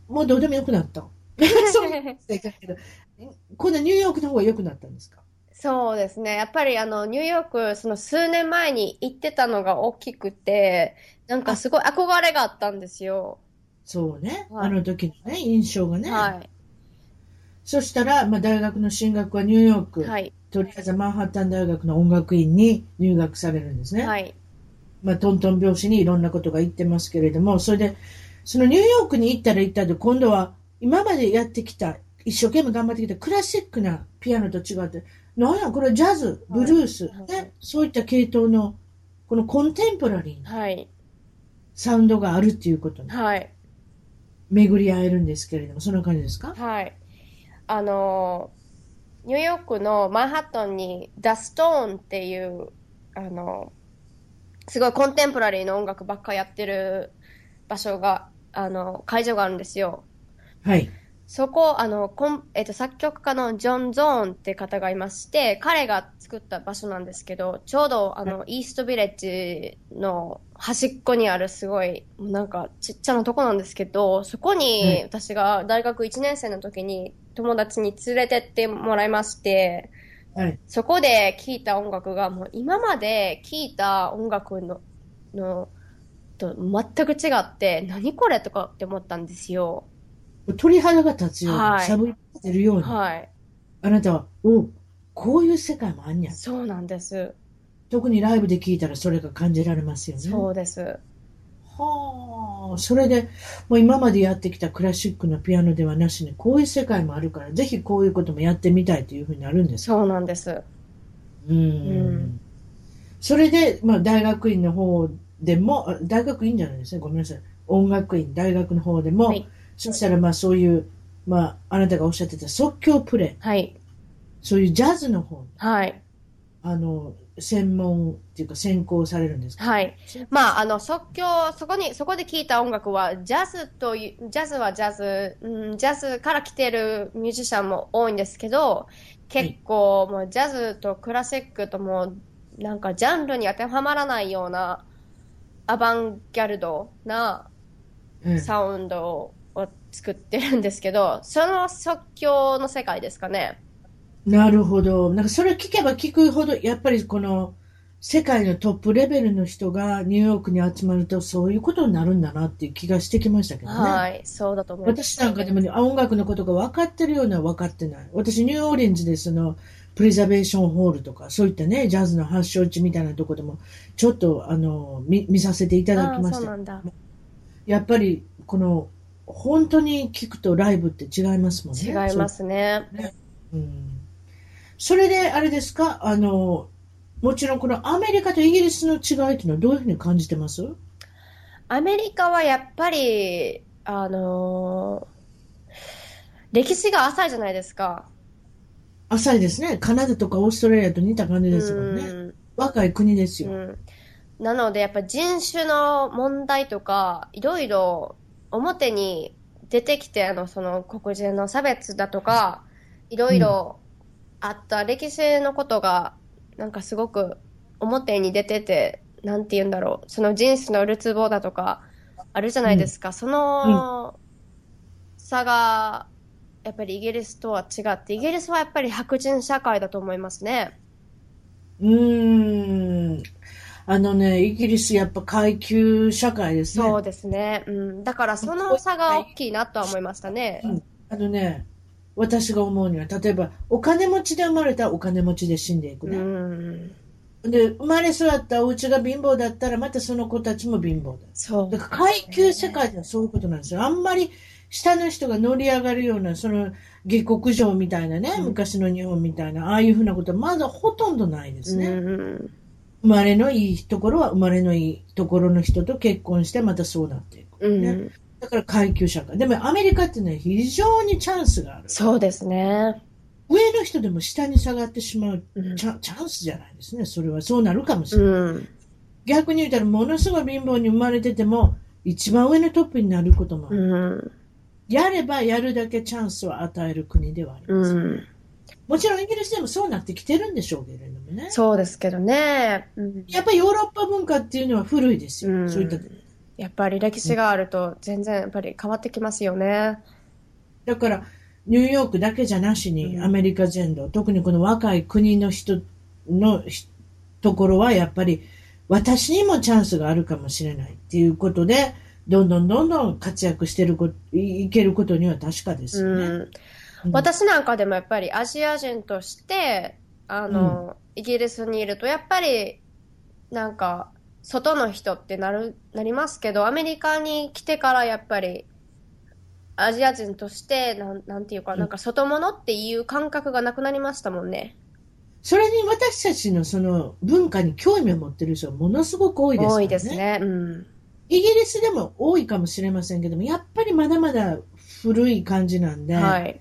S1: もうどうでもよくなった。 そうですけど、今度はニューヨークの方が良くなったんですか
S2: そうですね。やっぱりあの、ニューヨーク、その数年前に行ってたのが大きくて、なんかすごい憧れがあったんですよ。
S1: そうね、
S2: はい
S1: あの時のね、印象がね。
S2: は
S1: そしたら、まあ、大学の進学はニューヨーク、
S2: い、はい、
S1: とりあえずマンハッタン大学の音楽院に入学されるんですね。
S2: はい。
S1: まあ、トントン拍子にいろんなことが言ってますけれども、それで、そのニューヨークに行ったら行ったで、今度は今までやってきた、一生懸命頑張ってきたクラシックなピアノと違って、なんや、これジャズ、ブルース、
S2: はい
S1: ね、そういった系統の、このコンテンポラリーな
S2: はい、
S1: サウンドがあるっていうことに
S2: はい、
S1: 巡り合えるんですけれども、そんな感じですか
S2: はい。あの、ニューヨークのマンハッタンに、ダストーンっていう、あの、すごいコンテンポラリーの音楽ばっかやってる場所が、あの、会場があるんですよ。
S1: はい。
S2: そこ、あの、コン、えっと、作曲家のジョン・ゾーンって方がいまして、彼が作った場所なんですけど、ちょうど、あの、イーストビレッジの端っこにあるすごい、もうなんか、ちっちゃなとこなんですけど、そこ
S1: うん
S2: に、私が大学1年生の時に、友達に連れてってもらいまして、
S1: はい。
S2: そこで聴いた音楽が、もう今まで聴いた音楽の、の、と全く違って、何これとかって思ったんですよ。
S1: 鳥肌が立つように、
S2: はい
S1: しゃぶり立てるように、
S2: はい。
S1: あなたは、おこういう世界もあんねや。
S2: そうなんです。
S1: 特にライブで聞いたらそれが感じられますよね。
S2: そうです。
S1: はあ、それで、もう今までやってきたクラシックのピアノではなしに、こういう世界もあるから、ぜひこういうこともやってみたいというふうになるんですよ。
S2: そうなんです。
S1: うん
S2: ん
S1: それで、まあ、大学院の方でも、あ大学院じゃないですね、ごめんなさい。音楽院、大学の方でも、
S2: はい
S1: そしたら、まあ、そういう、まあ、あなたがおっしゃってた即興プレイ、
S2: はい。
S1: そういうジャズの方、
S2: はい。
S1: あの、専門っていうか専攻されるんですか
S2: はい。まあ、あの、即興、そこに、そこで聴いた音楽は、ジャズという、ジャズはジャズ、うん、ジャズから来てるミュージシャンも多いんですけど、結構、もうジャズとクラシックともう、なんかジャンルに当てはまらないような、アバンギャルドな
S1: うん
S2: サウンドを作ってるんですけど、その即興の世界ですかね。
S1: なるほど。なんかそれ聞けば聞くほど、やっぱりこの世界のトップレベルの人がニューヨークに集まるとそういうことになるんだなっていう気がしてきましたけどね。
S2: はい、そうだと思います。
S1: 私なんかでもねあ音楽のことが分かってるような分かってない。私ニューオーリンズでそのプレザベーションホールとかそういったね、ジャズの発祥地みたいなとこでもちょっとあの、見見させていただきま
S2: あー
S1: し
S2: そう
S1: た
S2: な。んだ。
S1: やっぱりこの本当に聞くとライブって違いますもんね。
S2: 違いますね。
S1: うんそれで、あれですか、あの、もちろんこのアメリカとイギリスの違いというのはどういうふうに感じてます
S2: アメリカはやっぱり、あのー歴史が浅いじゃないですか。
S1: 浅いですね。カナダとかオーストラリアと似た感じですもんね。若い国です
S2: うん
S1: よ。
S2: うんなので、やっぱ人種の問題とか、いろいろ表に出てきて、あの、その黒人の差別だとか、いろいろあった歴史のことが、なんかすごく表に出てて、なんて言うんだろう、その人種のるつぼだとか、あるじゃないですか。その差が、やっぱりイギリスとは違って、イギリスはやっぱり白人社会だと思いますね。
S1: うーん。あのね、イギリスやっぱ階級社会ですね。
S2: そうですね。うん。だからその差が大きいなとは思いましたね。
S1: あのね、私が思うには、例えば、お金持ちで生まれたらお金持ちで死んでいく
S2: う
S1: ね。
S2: ん。
S1: で、生まれ育ったお家が貧乏だったら、またその子たちも貧乏だ。
S2: そう
S1: だ。から階級世界ではそういうことなんですよ。あんまり下の人が乗り上がるような、その下克上みたいなね、
S2: うん
S1: 昔の日本みたいな、ああいうふうなことはまだほとんどないですね。
S2: うん。
S1: 生まれのいいところは生まれのいいところの人と結婚してまたそうなっていく。
S2: うん。
S1: だから階級社会。でもアメリカっていうのは非常にチャンスがある。
S2: そうですね。
S1: 上の人でも下に下がってしまう
S2: うん
S1: チャチャンスじゃないですね。それはそうなるかもしれない。
S2: うん。
S1: 逆に言ったらものすごい貧乏に生まれてても、一番上のトップになることもある
S2: うん。
S1: やればやるだけチャンスを与える国ではあります。
S2: うん。
S1: もちろんイギリスでもそうなってきてるんでしょうけれどもね。
S2: そうですけどね。うん。
S1: やっぱりヨーロッパ文化っていうのは古いですよ。
S2: うん
S1: そういった。
S2: やっぱり歴史があると全然やっぱり変わってきますよね。
S1: だから、ニューヨークだけじゃなしに
S2: うん
S1: アメリカ全土、特にこの若い国の人のひところはやっぱり私にもチャンスがあるかもしれないっていうことで、どんどんどんどん活躍してるこいいけることには確かですよね。
S2: うん。
S1: うん
S2: 私なんかでもやっぱりアジア人として、あの、イギリスにいるとやっぱり、なんか、外の人ってなる、なりますけど、アメリカに来てからやっぱり、アジア人として、なん、なんていうか、
S1: うん
S2: なんか外物っていう感覚がなくなりましたもんね。
S1: それに私たちのその文化に興味を持ってる人はものすごく多いですから
S2: 多
S1: ね。
S2: いですね。うん。
S1: イギリスでも多いかもしれませんけども、やっぱりまだまだ古い感じなんで、
S2: はい。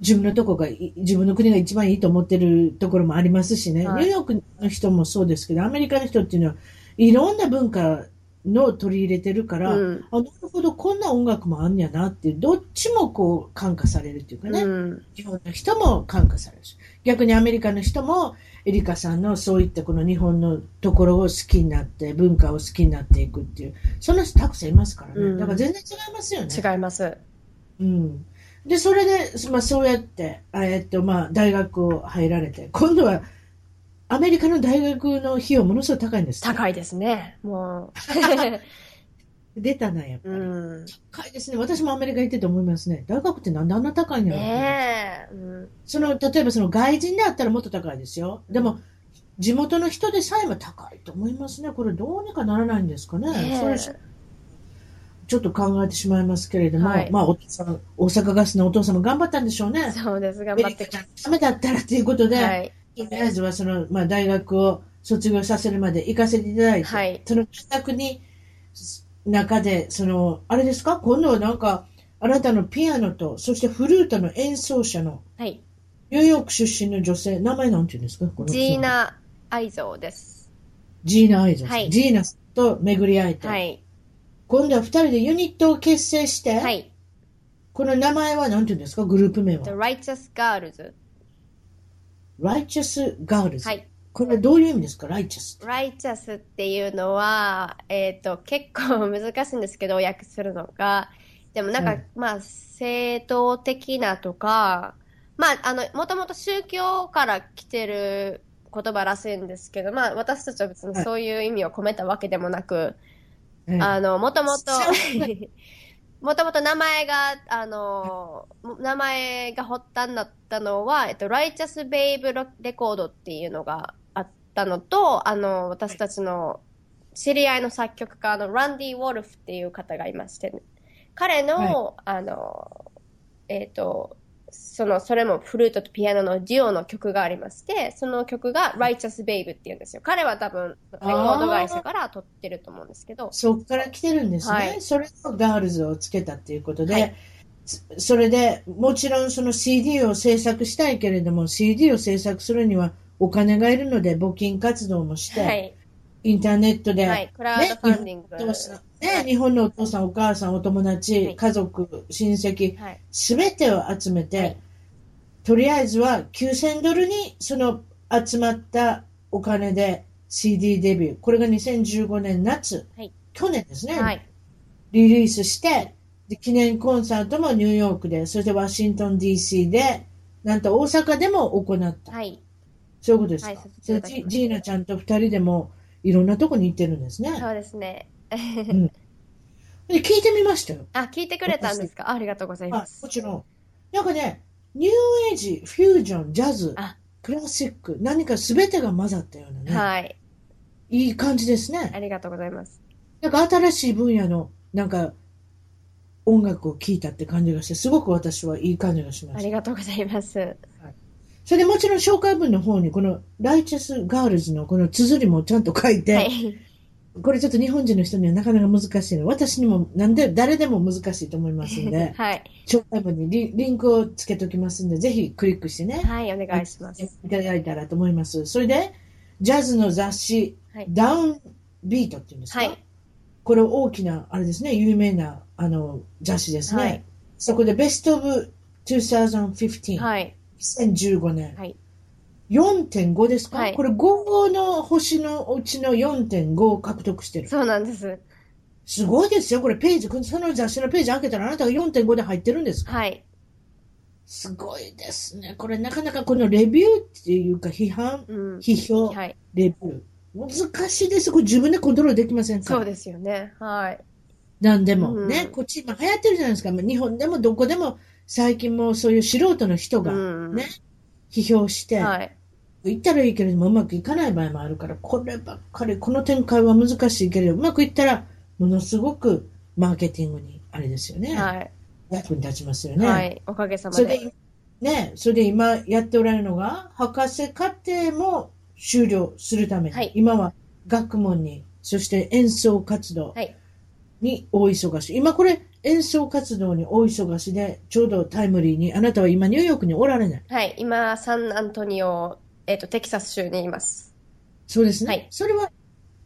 S1: 自分のとこがい、自分の国が一番いいと思ってるところもありますしね、
S2: はい
S1: ニューヨークの人もそうですけど、アメリカの人っていうのは、いろんな文化の取り入れてるから、
S2: うん。
S1: あ、なるほど、こんな音楽もあんねやなっていう、どっちもこう、感化されるっていうかね、
S2: うん。
S1: 日本の人も感化されるし、逆にアメリカの人も、エリカさんのそういったこの日本のところを好きになって、文化を好きになっていくっていう、そんな人たくさんいますからね。
S2: うん
S1: だから全然違いますよね。
S2: 違います。
S1: うん。で、それで、まあ、そうやって、あえっと、まあ、大学を入られて、今度は、アメリカの大学の費用ものすごい高いんですって。
S2: 高いですね。もう。
S1: 出たな、や っぱり。
S2: うん。
S1: 高いですね。私もアメリカ行ってて思いますね。大学ってなんであんな高いんやろうって
S2: ねえ。うん。
S1: その、例えばその外人であったらもっと高いですよ。でも、地元の人でさえも高いと思いますね。これどうにかならないんですかね。
S2: ねえ
S1: それちょっと考えてしまいますけれども、
S2: はい
S1: まあ、お父さん、大阪ガスのお父さんも頑張ったんでしょう ね。
S2: そうです。頑
S1: アメ
S2: 張
S1: リ
S2: って
S1: カ
S2: き
S1: じゃダメだったらということで、
S2: はい。
S1: とりあえずはその、まあ、大学を卒業させるまで行かせていただいて、
S2: はい
S1: その自宅に、す中で、その、あれですか今度はなんか、あなたのピアノと、そしてフルートの演奏者の、
S2: はい。
S1: ニューヨーク出身の女性、名前なんて言うんですかこの
S2: ジー。ナ・アイゾーです。
S1: ジーナ・アイザーさん
S2: はい
S1: ジーナさんと巡り会えて、
S2: はい。
S1: 今度は二人でユニットを結成して、
S2: はい。
S1: この名前はなんて言うんですかグループ名
S2: The
S1: は。
S2: Righteous Girls。
S1: Righteous Girls。
S2: はい。
S1: これはどういう意味ですか ?Righteous。
S2: Righteous っていうのは、えっ、と、結構難しいんですけど、訳するのが。でもなんか、
S1: うん
S2: まあ、正当的なとか、まあ、あの、もともと宗教から来てる言葉らしいんですけど、まあ、私たちは別にそういう意味を込めたわけでもなく、
S1: ええ
S2: あの、もともと
S1: そう、
S2: もともと名前が、あの、名前が発端だったのは、えっと、ライチャス・ベイブ・レコードっていうのがあったのと、あの、私たちの知り合いの作曲家のランディ・ウォルフっていう方がいまして、ね、彼の、あの、えっと、その、それもフルートとピアノのデュオの曲がありまして、その曲がライチャス・ベイブっていうんですよ。彼は多分、レコード会社から撮ってると思うんですけど、
S1: そこから来てるんですね。
S2: はい
S1: それとガールズをつけたっていうことで、
S2: はい
S1: そそれでもちろんその CD を制作したいけれども、CD を制作するにはお金がいるので募金活動もして、
S2: はい。
S1: インターネットで、
S2: はい、クラウドファンディング。
S1: お父さんね
S2: はい
S1: 日本のお父さん、お母さん、お友達、
S2: はい
S1: 家族、親戚、
S2: はい。
S1: すべてを集めて、
S2: はい
S1: とりあえずは9000ドルにその集まったお金で CD デビュー、これが2015年夏、
S2: はい
S1: 去年ですね、
S2: はい。
S1: リリースしてで、記念コンサートもニューヨークで、そしてワシントン DC で、なんと大阪でも行った。
S2: はい。
S1: そういうことですか。
S2: はいそうです
S1: それジジーナちゃんと二人でもいろんなとこに行ってるんですね。
S2: そうですね。
S1: で聞いてみましたよ。
S2: あ、聞いてくれたんですかありがとうござい
S1: あ
S2: ま、す
S1: も。ちろん。なんかね、ニューエイジ、フュージョン、ジャズ
S2: あ、
S1: クラシック、何か全てが混ざったようなね、
S2: はい。
S1: い、い感じです
S2: あ
S1: ね。
S2: りがとうございます。
S1: なんか新しい分野の、なんか、音楽を聴いたって感じがして、すごく私はいい感じがしま
S2: あ
S1: した
S2: り。がとうございます。
S1: それでもちろん紹介文の方に、この、ライチェスガールズのこの綴りもちゃんと書いて、
S2: はい。
S1: これちょっと日本人の人にはなかなか難しいの。私にも、なんで、誰でも難しいと思います んで、
S2: はい。
S1: 紹介文にリリンクをつけておきますんで、ぜひクリックしてね。
S2: はい、お願いします。
S1: いただいたらと思います。それで、ジャズの雑誌、
S2: はい
S1: ダウンビートっていうんですか、
S2: はい。
S1: これ大きな、あれですね、有名なあの雑誌ですね。
S2: はい
S1: そこで、ベスト・オブ・2015、
S2: はい。
S1: 2015年、
S2: はい
S1: 4.5ですか、
S2: はい
S1: これ5の星のうちの4.5を獲得してる。
S2: そうなんです。
S1: すごいですよ、これページ、その雑誌のページ開けたらあなたが4.5で入ってるんですか
S2: はい。
S1: すごいですね。これなかなかこのレビューっていうか批判、
S2: うん。
S1: 批評、
S2: はい。
S1: レビュー。難しいです。これ自分でコントロールできませんから。
S2: そうですよね。はい。
S1: 何でも、
S2: うん
S1: ね。こっち今流行ってるじゃないですか。まあ日本でもどこでも最近もうそういう素人の人
S2: う
S1: が
S2: ん。
S1: ね批評して、
S2: はい。
S1: 行ったらいいけれどもうまくいかない場合もあるから、こればっかり、この展開は難しいけれど、うまくいったらものすごくマーケティングにあれですよね。
S2: はい。
S1: 役に立ちますよね。
S2: はい。おかげさま
S1: それ
S2: で。
S1: で、ね、それで今やっておられるのが、博士課程も終了するために、
S2: はい
S1: 今は学問に、そして演奏活動
S2: はい
S1: に大忙しい。今これ、演奏活動に大忙しで、ちょうどタイムリーに、あなたは今ニューヨークにおられない。
S2: はい。今、サンアントニオ、えっと、テキサス州にいます。
S1: そうですね。
S2: はい
S1: それは、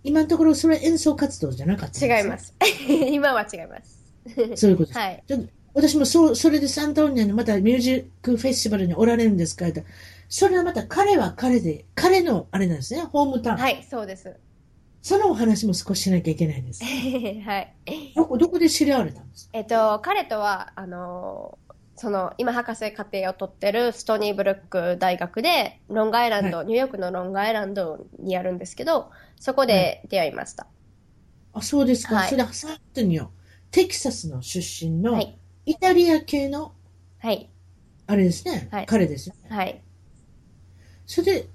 S1: 今のところそれは演奏活動じゃなかったんですね
S2: 違いま。す。 今は違います。
S1: そういうことです。
S2: はい。
S1: ちょっと私もそう、それでサンタオニアのまたミュージックフェスティバルにおられるんですかって言ったらそれはまた彼は彼で、彼のあれなんですね、ホームタウン。
S2: はい、そうです。。
S1: そのお話も少ししなきゃいけないで す
S2: はい。
S1: どこどこで知り合われたんですか
S2: えっと、彼とは、あのーその、今、博士課程を取ってるストニーブルック大学で、ロングアイランド、ニューヨークのロングアイランドにあるんですけど、そこで出会いました。
S1: あ、そうですか。
S2: はい
S1: それで、サートによ、テキサスの出身
S2: は
S1: の
S2: い、
S1: イタリア系の、
S2: はい、
S1: あれですね、
S2: はい
S1: 彼ですよ。
S2: はい、
S1: それで、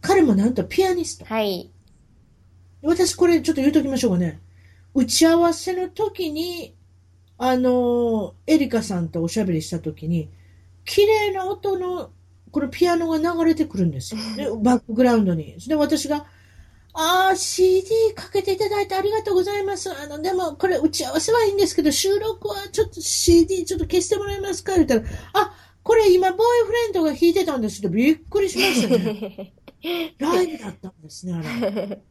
S1: 彼もなんとピアニスト。
S2: はい、
S1: 私これちょっと言うときましょうかね。打ち合わせの時に、あのー、エリカさんとおしゃべりした時に、綺麗な音の、このピアノが流れてくるんですよ。で、バックグラウンドに。で、私が、ああ、CD かけていただいてありがとうございます。あの、でも、これ打ち合わせはいいんですけど、収録はちょっと CD ちょっと消してもらえますか言ったら、あ、これ今、ボーイフレンドが弾いてたんですけど、びっくりしましたね。ライブだったんですね、あれ。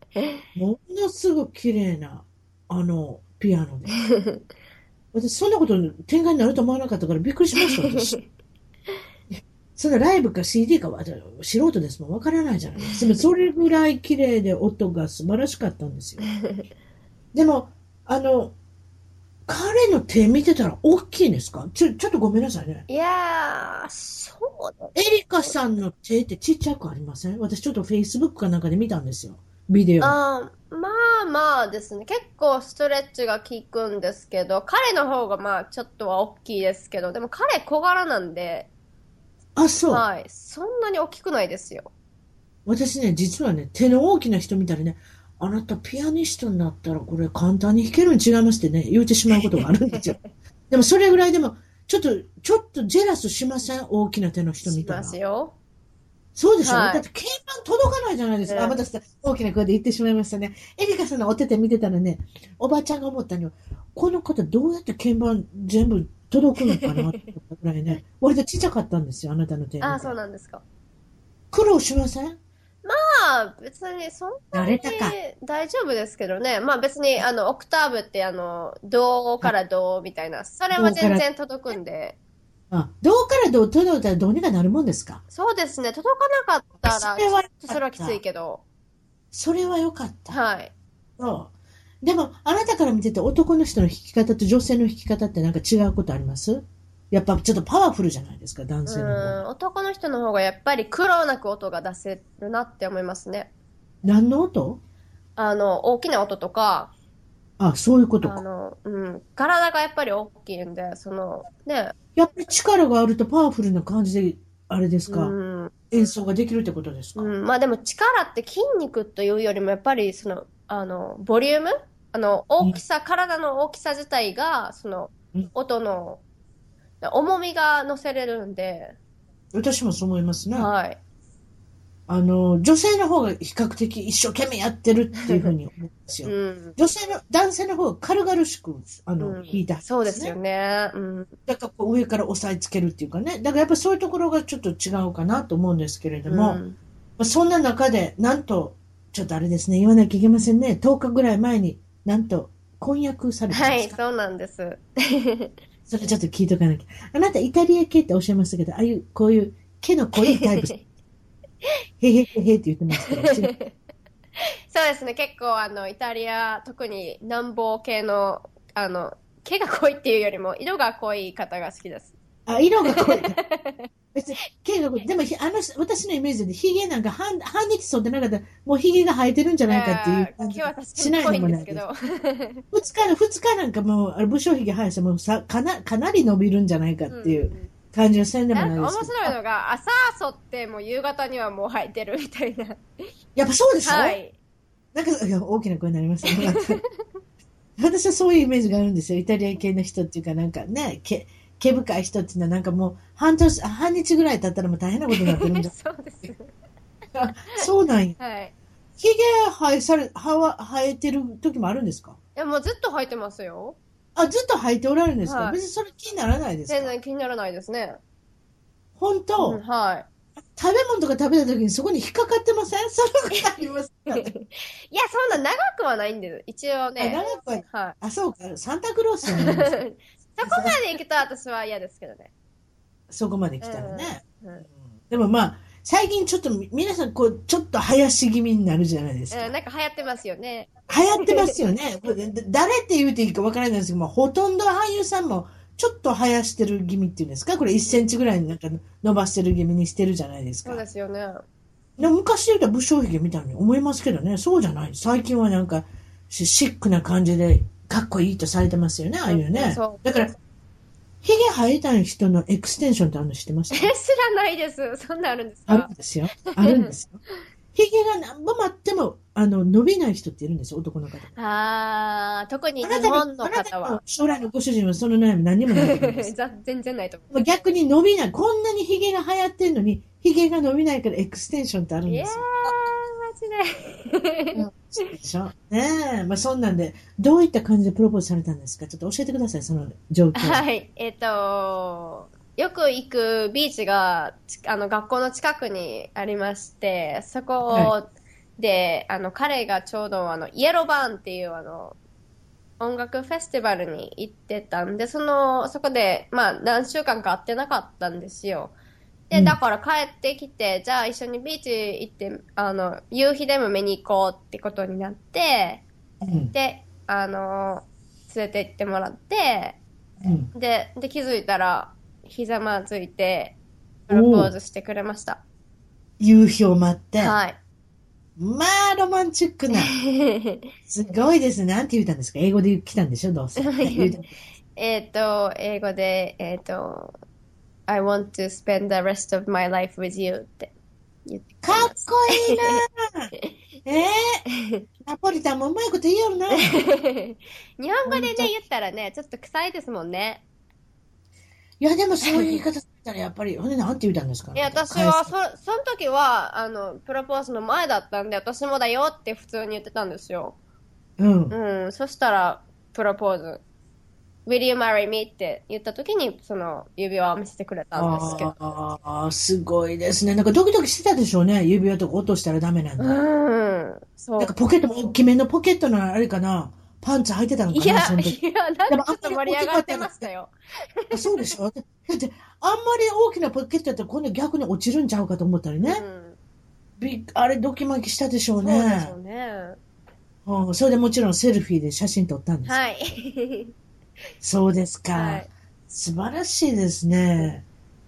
S1: ものすごく綺麗な、あの、ピアノで。私、そんなこと展開になると思わなかったからびっくりしました、私。そんなライブか CD かは、素人ですもん、わからないじゃないですか。でもそれぐらい綺麗で音が素晴らしかったんですよ。でも、あの、彼の手見てたら大きいんですかちょ、ちょっとごめんなさいね。
S2: いやー、そうだ。
S1: エリカさんの手ってちっちゃくありません私ちょっと Facebook かなんかで見たんですよ。ビデオ。
S2: あーまあまあですね。結構ストレッチが効くんですけど、彼の方がまあちょっとは大きいですけど、でも彼小柄なんで、
S1: あ、そう。
S2: はい。そんなに大きくないですよ。
S1: 私ね、実はね、手の大きな人見たらね、あなたピアニストになったらこれ簡単に弾けるに違いますってね、言うてしまうことがある んですよ。でもそれぐらいでも、ちょっと、ちょっとジェラスしません大きな手の人見
S2: した
S1: ら
S2: ま。すよ。
S1: そうでしょ、
S2: はい
S1: だって鍵盤届かないじゃないですか。
S2: うん
S1: あ、また大きな声で言ってしまいましたね。エリカさんのお手手見てたらね、おばちゃんが思ったのは、この方どうやって鍵盤全部届くのかなってぐら いね、割とちっちゃかったんですよ、あなたの手見て。
S2: ああ、そうなんですか。
S1: 苦労しません
S2: まあ別にそんな
S1: 慣
S2: に
S1: れたか
S2: 大丈夫ですけどね。まあ別にあのオクターブってあの、銅から銅みたいな、それは全然届くんで。
S1: あ、どうからどう届いたらどうにかなるもんですか
S2: そうですね。届かなかったら、
S1: それは良かった
S2: それはきついけど。
S1: それは良かった。
S2: はい。
S1: そう。でも、あなたから見てて男の人の弾き方と女性の弾き方ってなんか違うことありますやっぱちょっとパワフルじゃないですか、男
S2: う
S1: 性の方
S2: ん、
S1: が。
S2: 男の人の方がやっぱり苦労なく音が出せるなって思いますね。
S1: 何の音
S2: あの、大きな音とか、
S1: あ、そういうこと
S2: あ
S1: か。
S2: の、うん、体がやっぱり大きいんで、その、ね、
S1: やっぱり力があるとパワフルな感じで、あれですか、
S2: うん、
S1: 演奏ができるってことですか、
S2: うん、まあでも力って筋肉というよりもやっぱりその、あの、ボリュームあの、大きさ、体の大きさ自体が、その
S1: うん、
S2: 音の、重みが乗せれるんで、
S1: 私もそう思いますね。
S2: はい。
S1: あの、女性の方が比較的一生懸命やってるっていうふうに思うんです
S2: う
S1: よ。
S2: ん。
S1: 女性の、男性の方が軽々しく、あの、
S2: うん
S1: 弾いた、
S2: そうですよね。うん。
S1: だからこう上から押さえつけるっていうかね。だからやっぱそういうところがちょっと違うかなと思うんですけれども、
S2: う
S1: ま
S2: ん
S1: あそんな中で、なんと、ちょっとあれですね、言わなきゃいけませんね。10日ぐらい前に、なんと、婚約されてま
S2: はい、
S1: した。
S2: そうなんです。
S1: それちょっと聞いとかなきゃ。あなたイタリア系っておっしゃいましたけど、ああいう、こういう、毛の濃いタ イプ、へへへへって言ってますけど、違う
S2: そうですね、結構あの、イタリア、特に南方系の、あの、毛が濃いっていうよりも、色が濃い方が好きです。
S1: あ、色が濃い。別に、毛が濃い。でも、ひあの、私のイメージで、ヒゲなんか半、半日剃ってなかったら、もうヒゲが生えてるんじゃないかっていう
S2: あー
S1: 感じ
S2: 毛は確か
S1: し
S2: に
S1: ない
S2: 濃
S1: で
S2: いん
S1: も
S2: で
S1: な
S2: す
S1: いで
S2: け
S1: す。
S2: ど。
S1: 二日の、二日なんかもう、あれ、武将髭生やしてもさ、かな、かなり伸びるんじゃないかっていう
S2: うん
S1: 感じはせんでも
S2: な
S1: ない
S2: んか
S1: です
S2: 面
S1: けど。
S2: 白い
S1: あ
S2: のが、朝剃ってもう夕方にはもう生えてるみたいな。
S1: やっぱそうでしょ、
S2: はい。
S1: なんか、いや、大きな声になりましたね。 私はそういうイメージがあるんですよ。イタリア系の人っていうか、なんかね、毛、毛深い人っていうのはなんかもう、半年、あ半日ぐらい経ったらもう大変なことになってるん じ
S2: そうです。
S1: ゃん。そうなんや。
S2: はい。
S1: ヒゲ生えされ、はわ、生えてる時もあるんですか
S2: いや、もうずっと生えてますよ。
S1: あ、ずっと生えておられるんですか、
S2: はい
S1: 別にそれ気にならないです
S2: 全
S1: か
S2: 然気にならないですね。
S1: 本当、
S2: うんはい。
S1: 食べ物とか食べた時にそこに引っかかってませんそのことあります
S2: いや、そんな長くはないんです。一応ね。
S1: あ長くはない
S2: は。
S1: あ、そうか。サンタクロースじゃないいんですか
S2: そこまで行くと私は嫌ですけどね。
S1: そこまで来たらね。
S2: うんうん
S1: でもまあ、最近ちょっとみ皆さんこう、ちょっと林気味になるじゃないですか。
S2: うん、なんか流行ってますよね。
S1: 流行ってますよね。こ れで誰って言うていいかわからないんですけど、まあ、ほとんど俳優さんもちょっと生やしてる気味っていうんですかこれ1センチぐらいになんか伸ばしてる気味にしてるじゃないですか
S2: そう。です よね。
S1: で昔で言うと武将髭みたいに思いますけどね、そうじゃない。最近はなんか、シシックな感じで、かっこいいとされてますよね、ああいうね。
S2: そう
S1: だから、ヒゲ生えた人のエクステンションってあるの知ってまし
S2: え
S1: た
S2: 知らないです。そんなんあるんです
S1: あるん
S2: か
S1: ですよ。あるんですよ。ヒゲが何本もあっても、あの、伸びない人っているんですよ、男の方。
S2: ああ、特に
S1: あ
S2: 日
S1: なた
S2: 本
S1: の、
S2: の
S1: あな
S2: 方
S1: た
S2: は
S1: の。将来のご主人はその悩み何にもないと思いま
S2: 。
S1: す
S2: ざ全然ないと思う。
S1: 逆に伸びない。こんなにヒゲが流行ってんのに、ヒゲが伸びないからエクステンションってあるん
S2: いや
S1: で
S2: ー
S1: す、
S2: マジで。
S1: よ。でしょねえ。まあそんなんで、どういった感じでプロポーズされたんですかちょっと教えてください、その状況。
S2: はい、えっ、と、よく行くビーチが、ちあの、学校の近くにありまして、そこ
S1: は
S2: で、あの、彼がちょうど、あの、イエローバーンっていう、あの、音楽フェスティバルに行ってたんで、その、そこで、まあ、何週間か会ってなかったんですよ。
S1: う
S2: で、
S1: ん
S2: だから帰ってきて、じゃあ一緒にビーチ行って、あの、夕日でも見に行こうってことになって、
S1: うん。
S2: で、あの、連れて行ってもらって、
S1: うん。
S2: で、で、気づいたら、ひざまずいて、プロポーズしてくれました。
S1: 夕日を待って。
S2: はい。
S1: まあ、ロマンチッ クな。すごいですね。なんて言ったんですか英語で来たんでしょどう せ。言うた
S2: えっと、英語で、えっ、と、I want to spend the rest of my life with you って 言って
S1: かっこいい なええナポリタンもうまいこと言いよ るな。
S2: 日本語でね、
S1: 本当
S2: 言ったらね、ちょっと臭いですもんね。
S1: いや、でもそういう言い方だったらやっぱり、ほんでなんて言ったんですか
S2: いや、私は、そ、その時は、あの、プロポーズの前だったんで、私もだよって普通に言ってたんですよ。
S1: うん。
S2: うん、そしたら、プロポーズ、Will you marry me? って言った時に、その指輪を見せてくれたんですけど。
S1: ああ、すごいですね。なんかドキドキしてたでしょうね。指輪とか落としたらダメなんだ。
S2: うん、そ
S1: な
S2: うん
S1: か。ポケットも大きめのポケットのあれかな。パンツ履いてたのか
S2: い
S1: な、
S2: や、
S1: その
S2: い
S1: 時。
S2: や、なん
S1: で
S2: か
S1: も
S2: ちょっと盛り上がってましたよ。
S1: あそうでしょだって、あんまり大きなポケットやったら今度逆に落ちるんちゃうかと思ったり
S2: う
S1: ね。
S2: ん、
S1: びっあれ、ドキマキしたでしょ
S2: そうう
S1: ね。
S2: ですよね。
S1: うん、それでもちろんセルフィーで写真撮ったんです。
S2: はい。
S1: そうですか、
S2: はい
S1: 素晴らしいですね。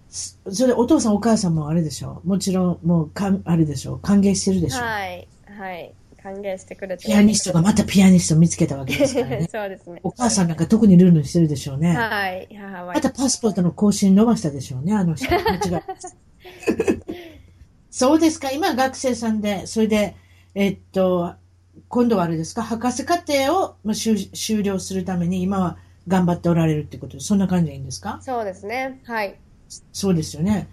S1: すそれでお父さんお母さんもあれでしょもちろんもうかん、あれでしょ歓迎してるでしょ、
S2: はい。はい。歓迎してくれて。。
S1: ピアニストがまたピアニスト見つけたわけですからね
S2: そうですね。
S1: お母さんなんか特にルールにしてるでしょうね。
S2: はい。母は
S1: またパスポートの更新伸ばしたでしょうね、あの人。間違いないそうですか、今学生さんで、それで、えっと、今度はあれですか、博士課程をまあ修修了するために今は頑張っておられるってことで、そんな感じでいいんですか
S2: そうですね。はい。
S1: そうですよね。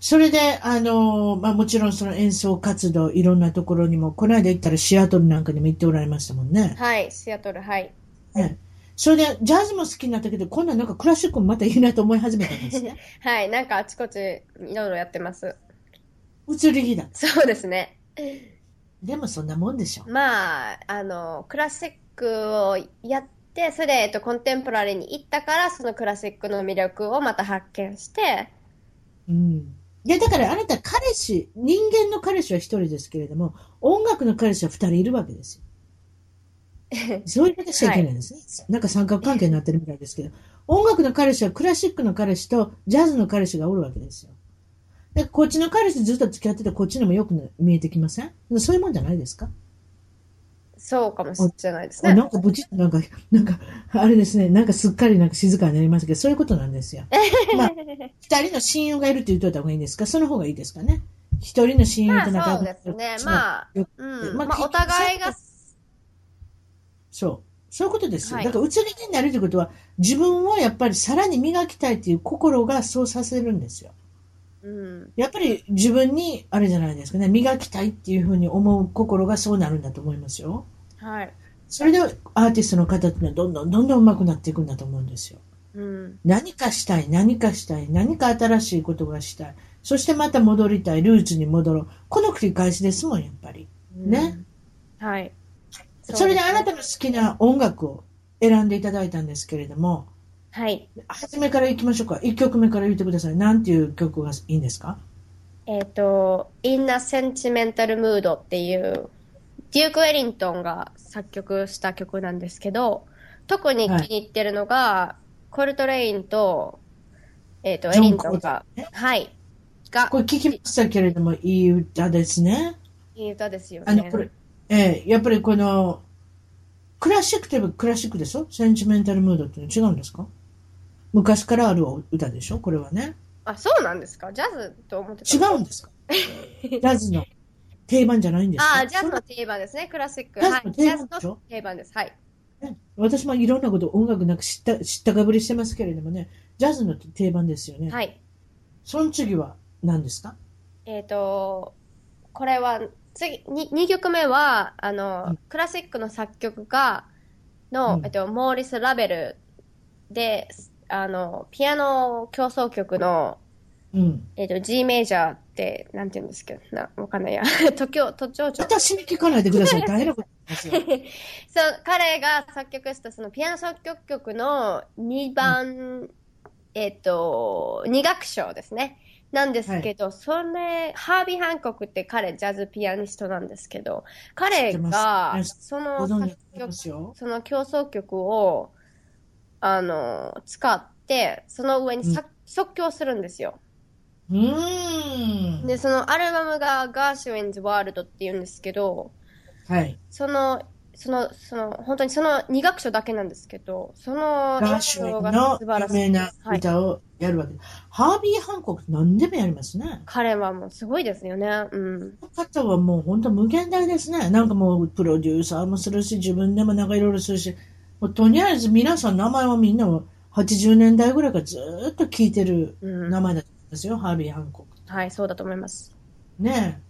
S1: それで、あの、まあもちろんその演奏活動、いろんなところにも、この間行ったらシアトルなんかにも行っておられましたもんね。
S2: はい。シアトル、はい。
S1: ねそれで、ジャズも好きになったけど、今度はなんかクラシックもまたいいなと思い始めたんですね。
S2: はい。なんかあちこちいろいろやってます。
S1: 移り気だ。
S2: そうですね。
S1: でもそんなもんでしょ。
S2: まあ、あの、クラシックをやって、それで、えっと、コンテンポラリーに行ったから、そのクラシックの魅力をまた発見して、
S1: うん。いや、だからあなた彼氏、人間の彼氏は一人ですけれども、音楽の彼氏は二人いるわけですよ。そういうことしちゃいけないんですね。なんか三角関係になってるみたいですけど、音楽の彼氏はクラシックの彼氏とジャズの彼氏がおるわけですよ。で、こっちの彼氏ずっと付き合ってて、こっちのもよく見えてきませんそういうもんじゃないですか
S2: そうかもしれないです
S1: あ
S2: ね。
S1: なんかブチッとなんか、なんか、あれですね、なんかすっかりなんか静かになりましたけど、そういうことなんですよ。まあ、二人の親友がいるって言っといた方がいいんですかその方がいいですかね一人の親友
S2: ま
S1: と仲
S2: あ、そ
S1: 良く
S2: う
S1: な
S2: ですね。
S1: あ。
S2: まあ、
S1: よ
S2: うん。
S1: まあ
S2: まあ、
S1: 結
S2: お
S1: 局
S2: 互いが、
S1: そう。そういうことですよ。
S2: はい
S1: だから、移り気になるということは、自分をやっぱりさらに磨きたいという心がそうさせるんですよ。
S2: うん。
S1: やっぱり自分に、あれじゃないですかね、磨きたいっていうふうに思う心がそうなるんだと思いますよ。
S2: はい。
S1: それでアーティストの方っていうのはどんどんどんどん上手くなっていくんだと思うんですよ。
S2: うん。
S1: 何かしたい、何かしたい、何か新しいことがしたい。そしてまた戻りたい、ルーツに戻ろう。この繰り返しですもん、やっぱり。ね
S2: うん。はい。
S1: そ
S2: そうで
S1: れです
S2: ね
S1: あなたの好きな音楽を選んでいただいたんですけれども、
S2: はい。
S1: 初めから行きましょうか。1曲目から言ってください。なんていう曲がいいんですか
S2: えっと、インナーセンチメンタルムードっていう、デューク・ウェリントンが作曲した曲なんですけど、特に気に入ってるのが、コルトレインと、えっと、ウ
S1: ジ
S2: ェ
S1: ョ
S2: リ
S1: ン
S2: ントンが
S1: コルトレインね、
S2: はい、が
S1: こ、れ聞きましたけれども、いい歌ですね。
S2: いい歌ですよ
S1: あの、
S2: ね
S1: こ。れ、ええやっぱりこの、クラシックといえばクラシックでしょセンチメンタルムードっていうの違うんですか昔からある歌でしょこれはね。
S2: あ、そうなんですかジャズと思ってた。
S1: 違うんで すかジャズの定番じゃないんですか
S2: あージャズの定番ですね。クラシック。
S1: ジャ
S2: はい。ジャズ
S1: ズの定番でしょ
S2: の定番です。はい。
S1: ね私もいろんなこと音楽なく知った知ったかぶりしてますけれどもね、ジャズの定番ですよね。
S2: はい。
S1: その次は何ですか
S2: えっ、と、これは、次、に2曲目は、あ
S1: う
S2: の
S1: ん、
S2: クラシックの作曲家
S1: う
S2: の
S1: ん、
S2: えっと、モーリス・ラベルで、あの、ピアノ協奏曲の、
S1: うん。
S2: えっと、G メジャーって、なんて言うんですけど、な、わかんないや。 都教、都庁長。
S1: 私に聞かないでください。大変なことですよ。
S2: そう、彼が作曲したそのピアノ作曲曲の2番、えっと、2楽章ですね。なんですけど、それ、ハービー・ハンコクって彼、ジャズピアニストなんですけど、彼
S1: 知って
S2: が、
S1: ます
S2: そ
S1: ご
S2: の
S1: 存知
S2: 作
S1: だと思い
S2: 曲
S1: ますよ。
S2: その競争曲を、あの、使って、その上にさ即興するんですよ。
S1: うーん。
S2: で、そのアルバムがガーシュウィンズ・ワールドっていうんですけど、
S1: はい。
S2: その、その、その、本当にその2楽章だけなんですけど、その
S1: ガーシュウィ
S2: 演奏
S1: ン
S2: が
S1: の
S2: 素晴ら
S1: 有
S2: しい
S1: 名
S2: で
S1: な
S2: す。はい。
S1: 歌をやるわけです。ハービー・ハンコック何でもやりますね。
S2: 彼はもうすごいですよね。うん。
S1: この方はもう本当無限大ですね。なんかもうプロデューサーもするし、自分でもなんかいろいろするし、もうとりあえず皆さん名前はみんな80年代ぐらいからずーっと聞いてる
S2: うん。
S1: 名前だったんですよ、ハービー・ハンコック。
S2: はい、そうだと思います。
S1: ね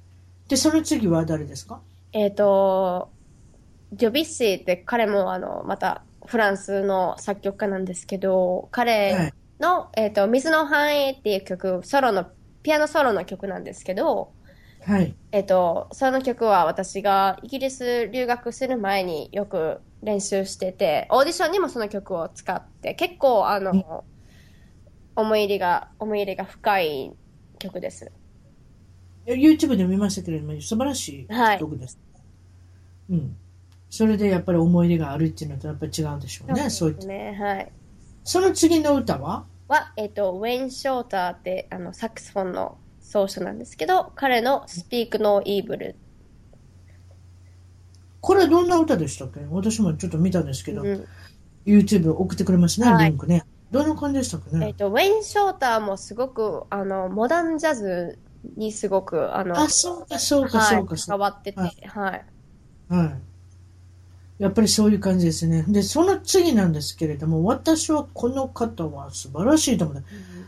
S1: え。で、その次は誰ですか
S2: えっ、と、ジョビッシーって彼もあの、またフランスの作曲家なんですけど、
S1: はい
S2: 彼の、えっ、と、水の繁栄っていう曲、ソロの、ピアノソロの曲なんですけど、
S1: はい。
S2: えっと、その曲は私がイギリス留学する前によく練習してて、オーディションにもその曲を使って、結構あ
S1: うん
S2: の、思い入れが、思い入れが深い曲です。
S1: YouTube で見ましたけれども、素晴らし
S2: はい
S1: い曲です。うん。それでやっぱり思い出があるっていうのとやっぱり違うんでしょうね。そういっ
S2: で
S1: た
S2: す。ね。はい。
S1: その次の歌は
S2: は、えっと、ウェイン・ショーターって、あの、サックスフォンの奏者なんですけど、彼の Speak No Evil。
S1: これはどんな歌でしたっけ私もちょっと見たんですけど、
S2: うん
S1: YouTube 送ってくれますね、
S2: はい
S1: リンクね。どんな感じでしたか
S2: えっ
S1: ね。
S2: と、ウェイン・ショーターもすごく、あの、モダンジャズにすごく、あの、
S1: あ、そうか、そうか、
S2: はい
S1: そうか、そ
S2: 関
S1: う
S2: わってて、
S1: は
S2: はい。
S1: か。はい。やっぱりそういう感じですね。で、その次なんですけれども、私はこの方は素晴らしいと思う。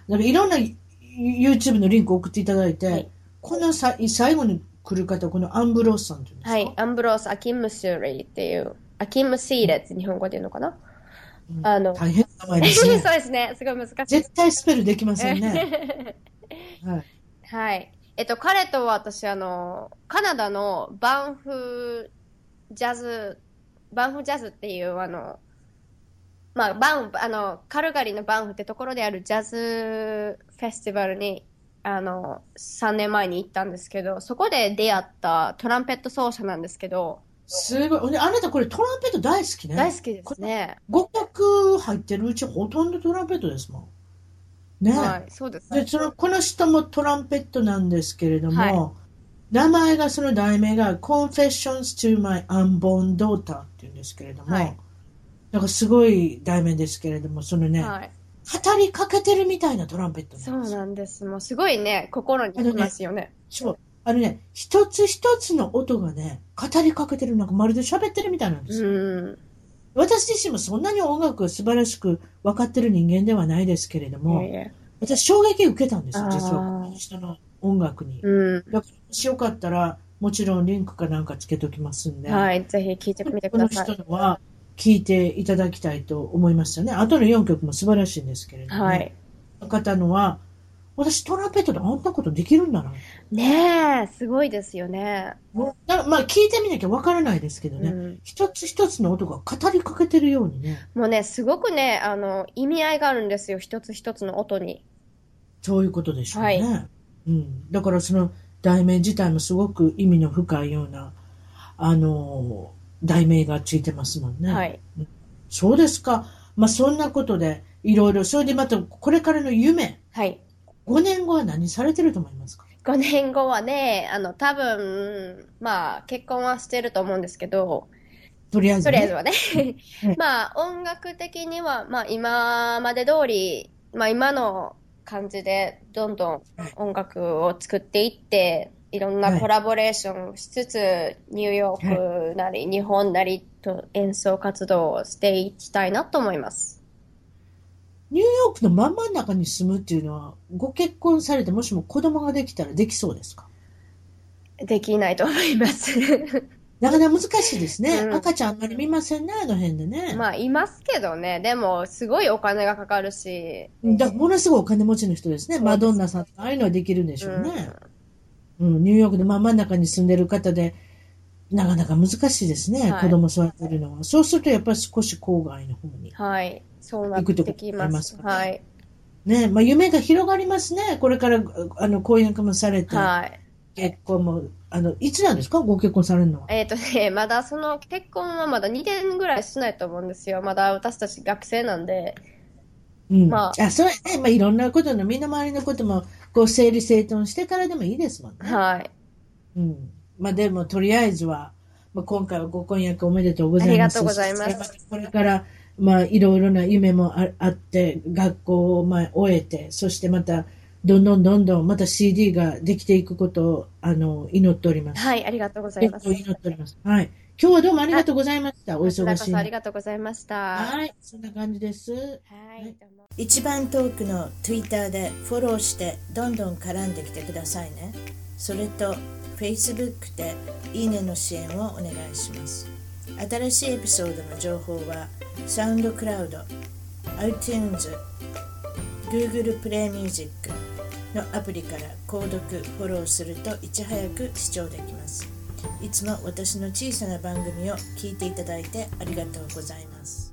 S1: なんかいろんな YouTube のリンク送っていただいて、
S2: はい
S1: このさ最後に来る方、このアンブロースさんっていうんですか、
S2: はい、アンブロース・アキムスリーっていう、アキムシーレって日本語で言うのかな、
S1: うん
S2: あの、
S1: 大変な名前 で
S2: そ
S1: す
S2: う
S1: ね。
S2: ですね、すごい難しい。
S1: 絶対スペルできませんね。 はい、
S2: はい。えっと、彼とは私、あの、カナダのバンフジャズ、バンフジャズっていう、あの、まあ、バン、あの、カルガリーのバンフってところであるジャズフェスティバルに、あの、3年前に行ったんですけど、そこで出会ったトランペット奏者なんですけど、
S1: すごい。ほんであなたこれトランペット大好きね。
S2: 大好きですね。
S1: 五角入ってるうちほとんどトランペットですもん。ね。
S2: はい、そうですね
S1: で、。その、この人もトランペットなんですけれども、
S2: は
S1: 名前が、その題名が Confessions to My Unborn Daughter っていうんですけれども、
S2: はい
S1: なんかすごい題名ですけれども、そのね、
S2: はい。
S1: 語りかけてるみたいなトランペット
S2: そ
S1: なんで
S2: う
S1: すよ。
S2: なんです。もうすごいね、心にきますよね。
S1: そうあのね、一つ一つの音がね、語りかけてる、なんかまるで喋ってるみたいなんですよ
S2: うん。
S1: 私自身もそんなに音楽を素晴らしく分かってる人間ではないですけれども、
S2: いやいや
S1: 私衝撃を受けたんですよ
S2: あー
S1: 実はこの人の音楽に、
S2: う
S1: だからもしよかったらもちろんリンクかなんかつけておきますんで、
S2: ん。はい、ぜひ聞いてみて
S1: こ
S2: く
S1: の
S2: ださい
S1: 人。のは聴いていただきたいと思いましたね後の4曲も素晴らしいんですけれども、
S2: はい。
S1: この方のは私トランペットであんなことできるんだな
S2: ねえ、すごいですよね。
S1: もうだからまあ聞いてみなきゃ分からないですけど
S2: う
S1: ね、
S2: ん。
S1: 一つ一つの音が語りかけてるようにね
S2: もうね、すごくね、あの、意味合いがあるんですよ、一つ一つの音に。
S1: そういうことでしょうね。うん、だからその題名自体もすごく意味の深いような、あのー題名がついてますもんね。
S2: はい。
S1: そうですか。まあそんなことで、いろいろ、それでまたこれからの夢、
S2: はい。
S1: 5年後は何されてると思いますか
S2: 5年後はね、あの、多分、まあ、結婚はしてると思うんですけど、
S1: とりあえず、
S2: とりあえず
S1: ね。
S2: はね
S1: うん。
S2: まあ、音楽的には、まあ、今まで通り、まあ、今の感じで、どんどん音楽を作っていって、いろん
S1: は
S2: ないコラボレーションしつつ、ニューヨークなり、日本なりと演奏活動をしていきたいなと思います。
S1: ニューヨークの真ん真ん中に住むっていうのは、ご結婚されて、もしも子供ができたらできそうですか
S2: できないと思います。
S1: なかなか難しいですね。
S2: うん
S1: 赤ちゃんあんまり見ませんね、あの辺でね。
S2: まあ、いますけどね。でも、すごいお金がかかるし。
S1: だものすごいお金持ちの人ですね。
S2: うです
S1: マドンナさんとかああいうのはできるんでしょうね。うん、ニューヨークで真ん中に住んでる方で、なかなか難しいですね、
S2: はい
S1: 子供育てるのは。そうするとやっぱり少し郊外の方に。
S2: はい。そうなってきま。
S1: 行くとこありますすか
S2: はい。
S1: ね、まあ夢が広がりますね。これから、あの、婚約もされて、
S2: はい。
S1: 結婚も、あの、いつなんですかご結婚されるのは。
S2: えっ、とね、 まだその結婚はまだ2年ぐらいしないと思うんですよ。まだ私たち学生なんで。
S1: うん。
S2: ま
S1: あ、そうやね。まあいろんなことの、身の回りのことも、こう整理整頓してからでもいいですもんね。
S2: はい。
S1: うん。まあでも、とりあえずは、まあ、今回はご婚約おめでとうございます。
S2: ありがとうございます
S1: そしてこれから、まあいろいろな夢もああって、学校をまあ終えて、そしてまた、どんどんどんどんまた CD ができていくことを、あの、祈っております。
S2: はい、ありがとうございます。
S1: 結構祈っております。はい。今日はどうもありがとうございました。お
S2: こちら
S1: 忙
S2: こ
S1: しい
S2: そあり
S1: 中。
S2: がとうございました。
S1: はい。そんな感じです。
S2: はい。どうも
S3: 一番トークの Twitter でフォローしてどんどん絡んできてくださいねそれと Facebook でいいねの支援をお願いします新しいエピソードの情報はサウンドクラウド iTunes Google プレイミュージックのアプリから購読フォローするといち早く視聴できますいつも私の小さな番組を聞いていただいてありがとうございます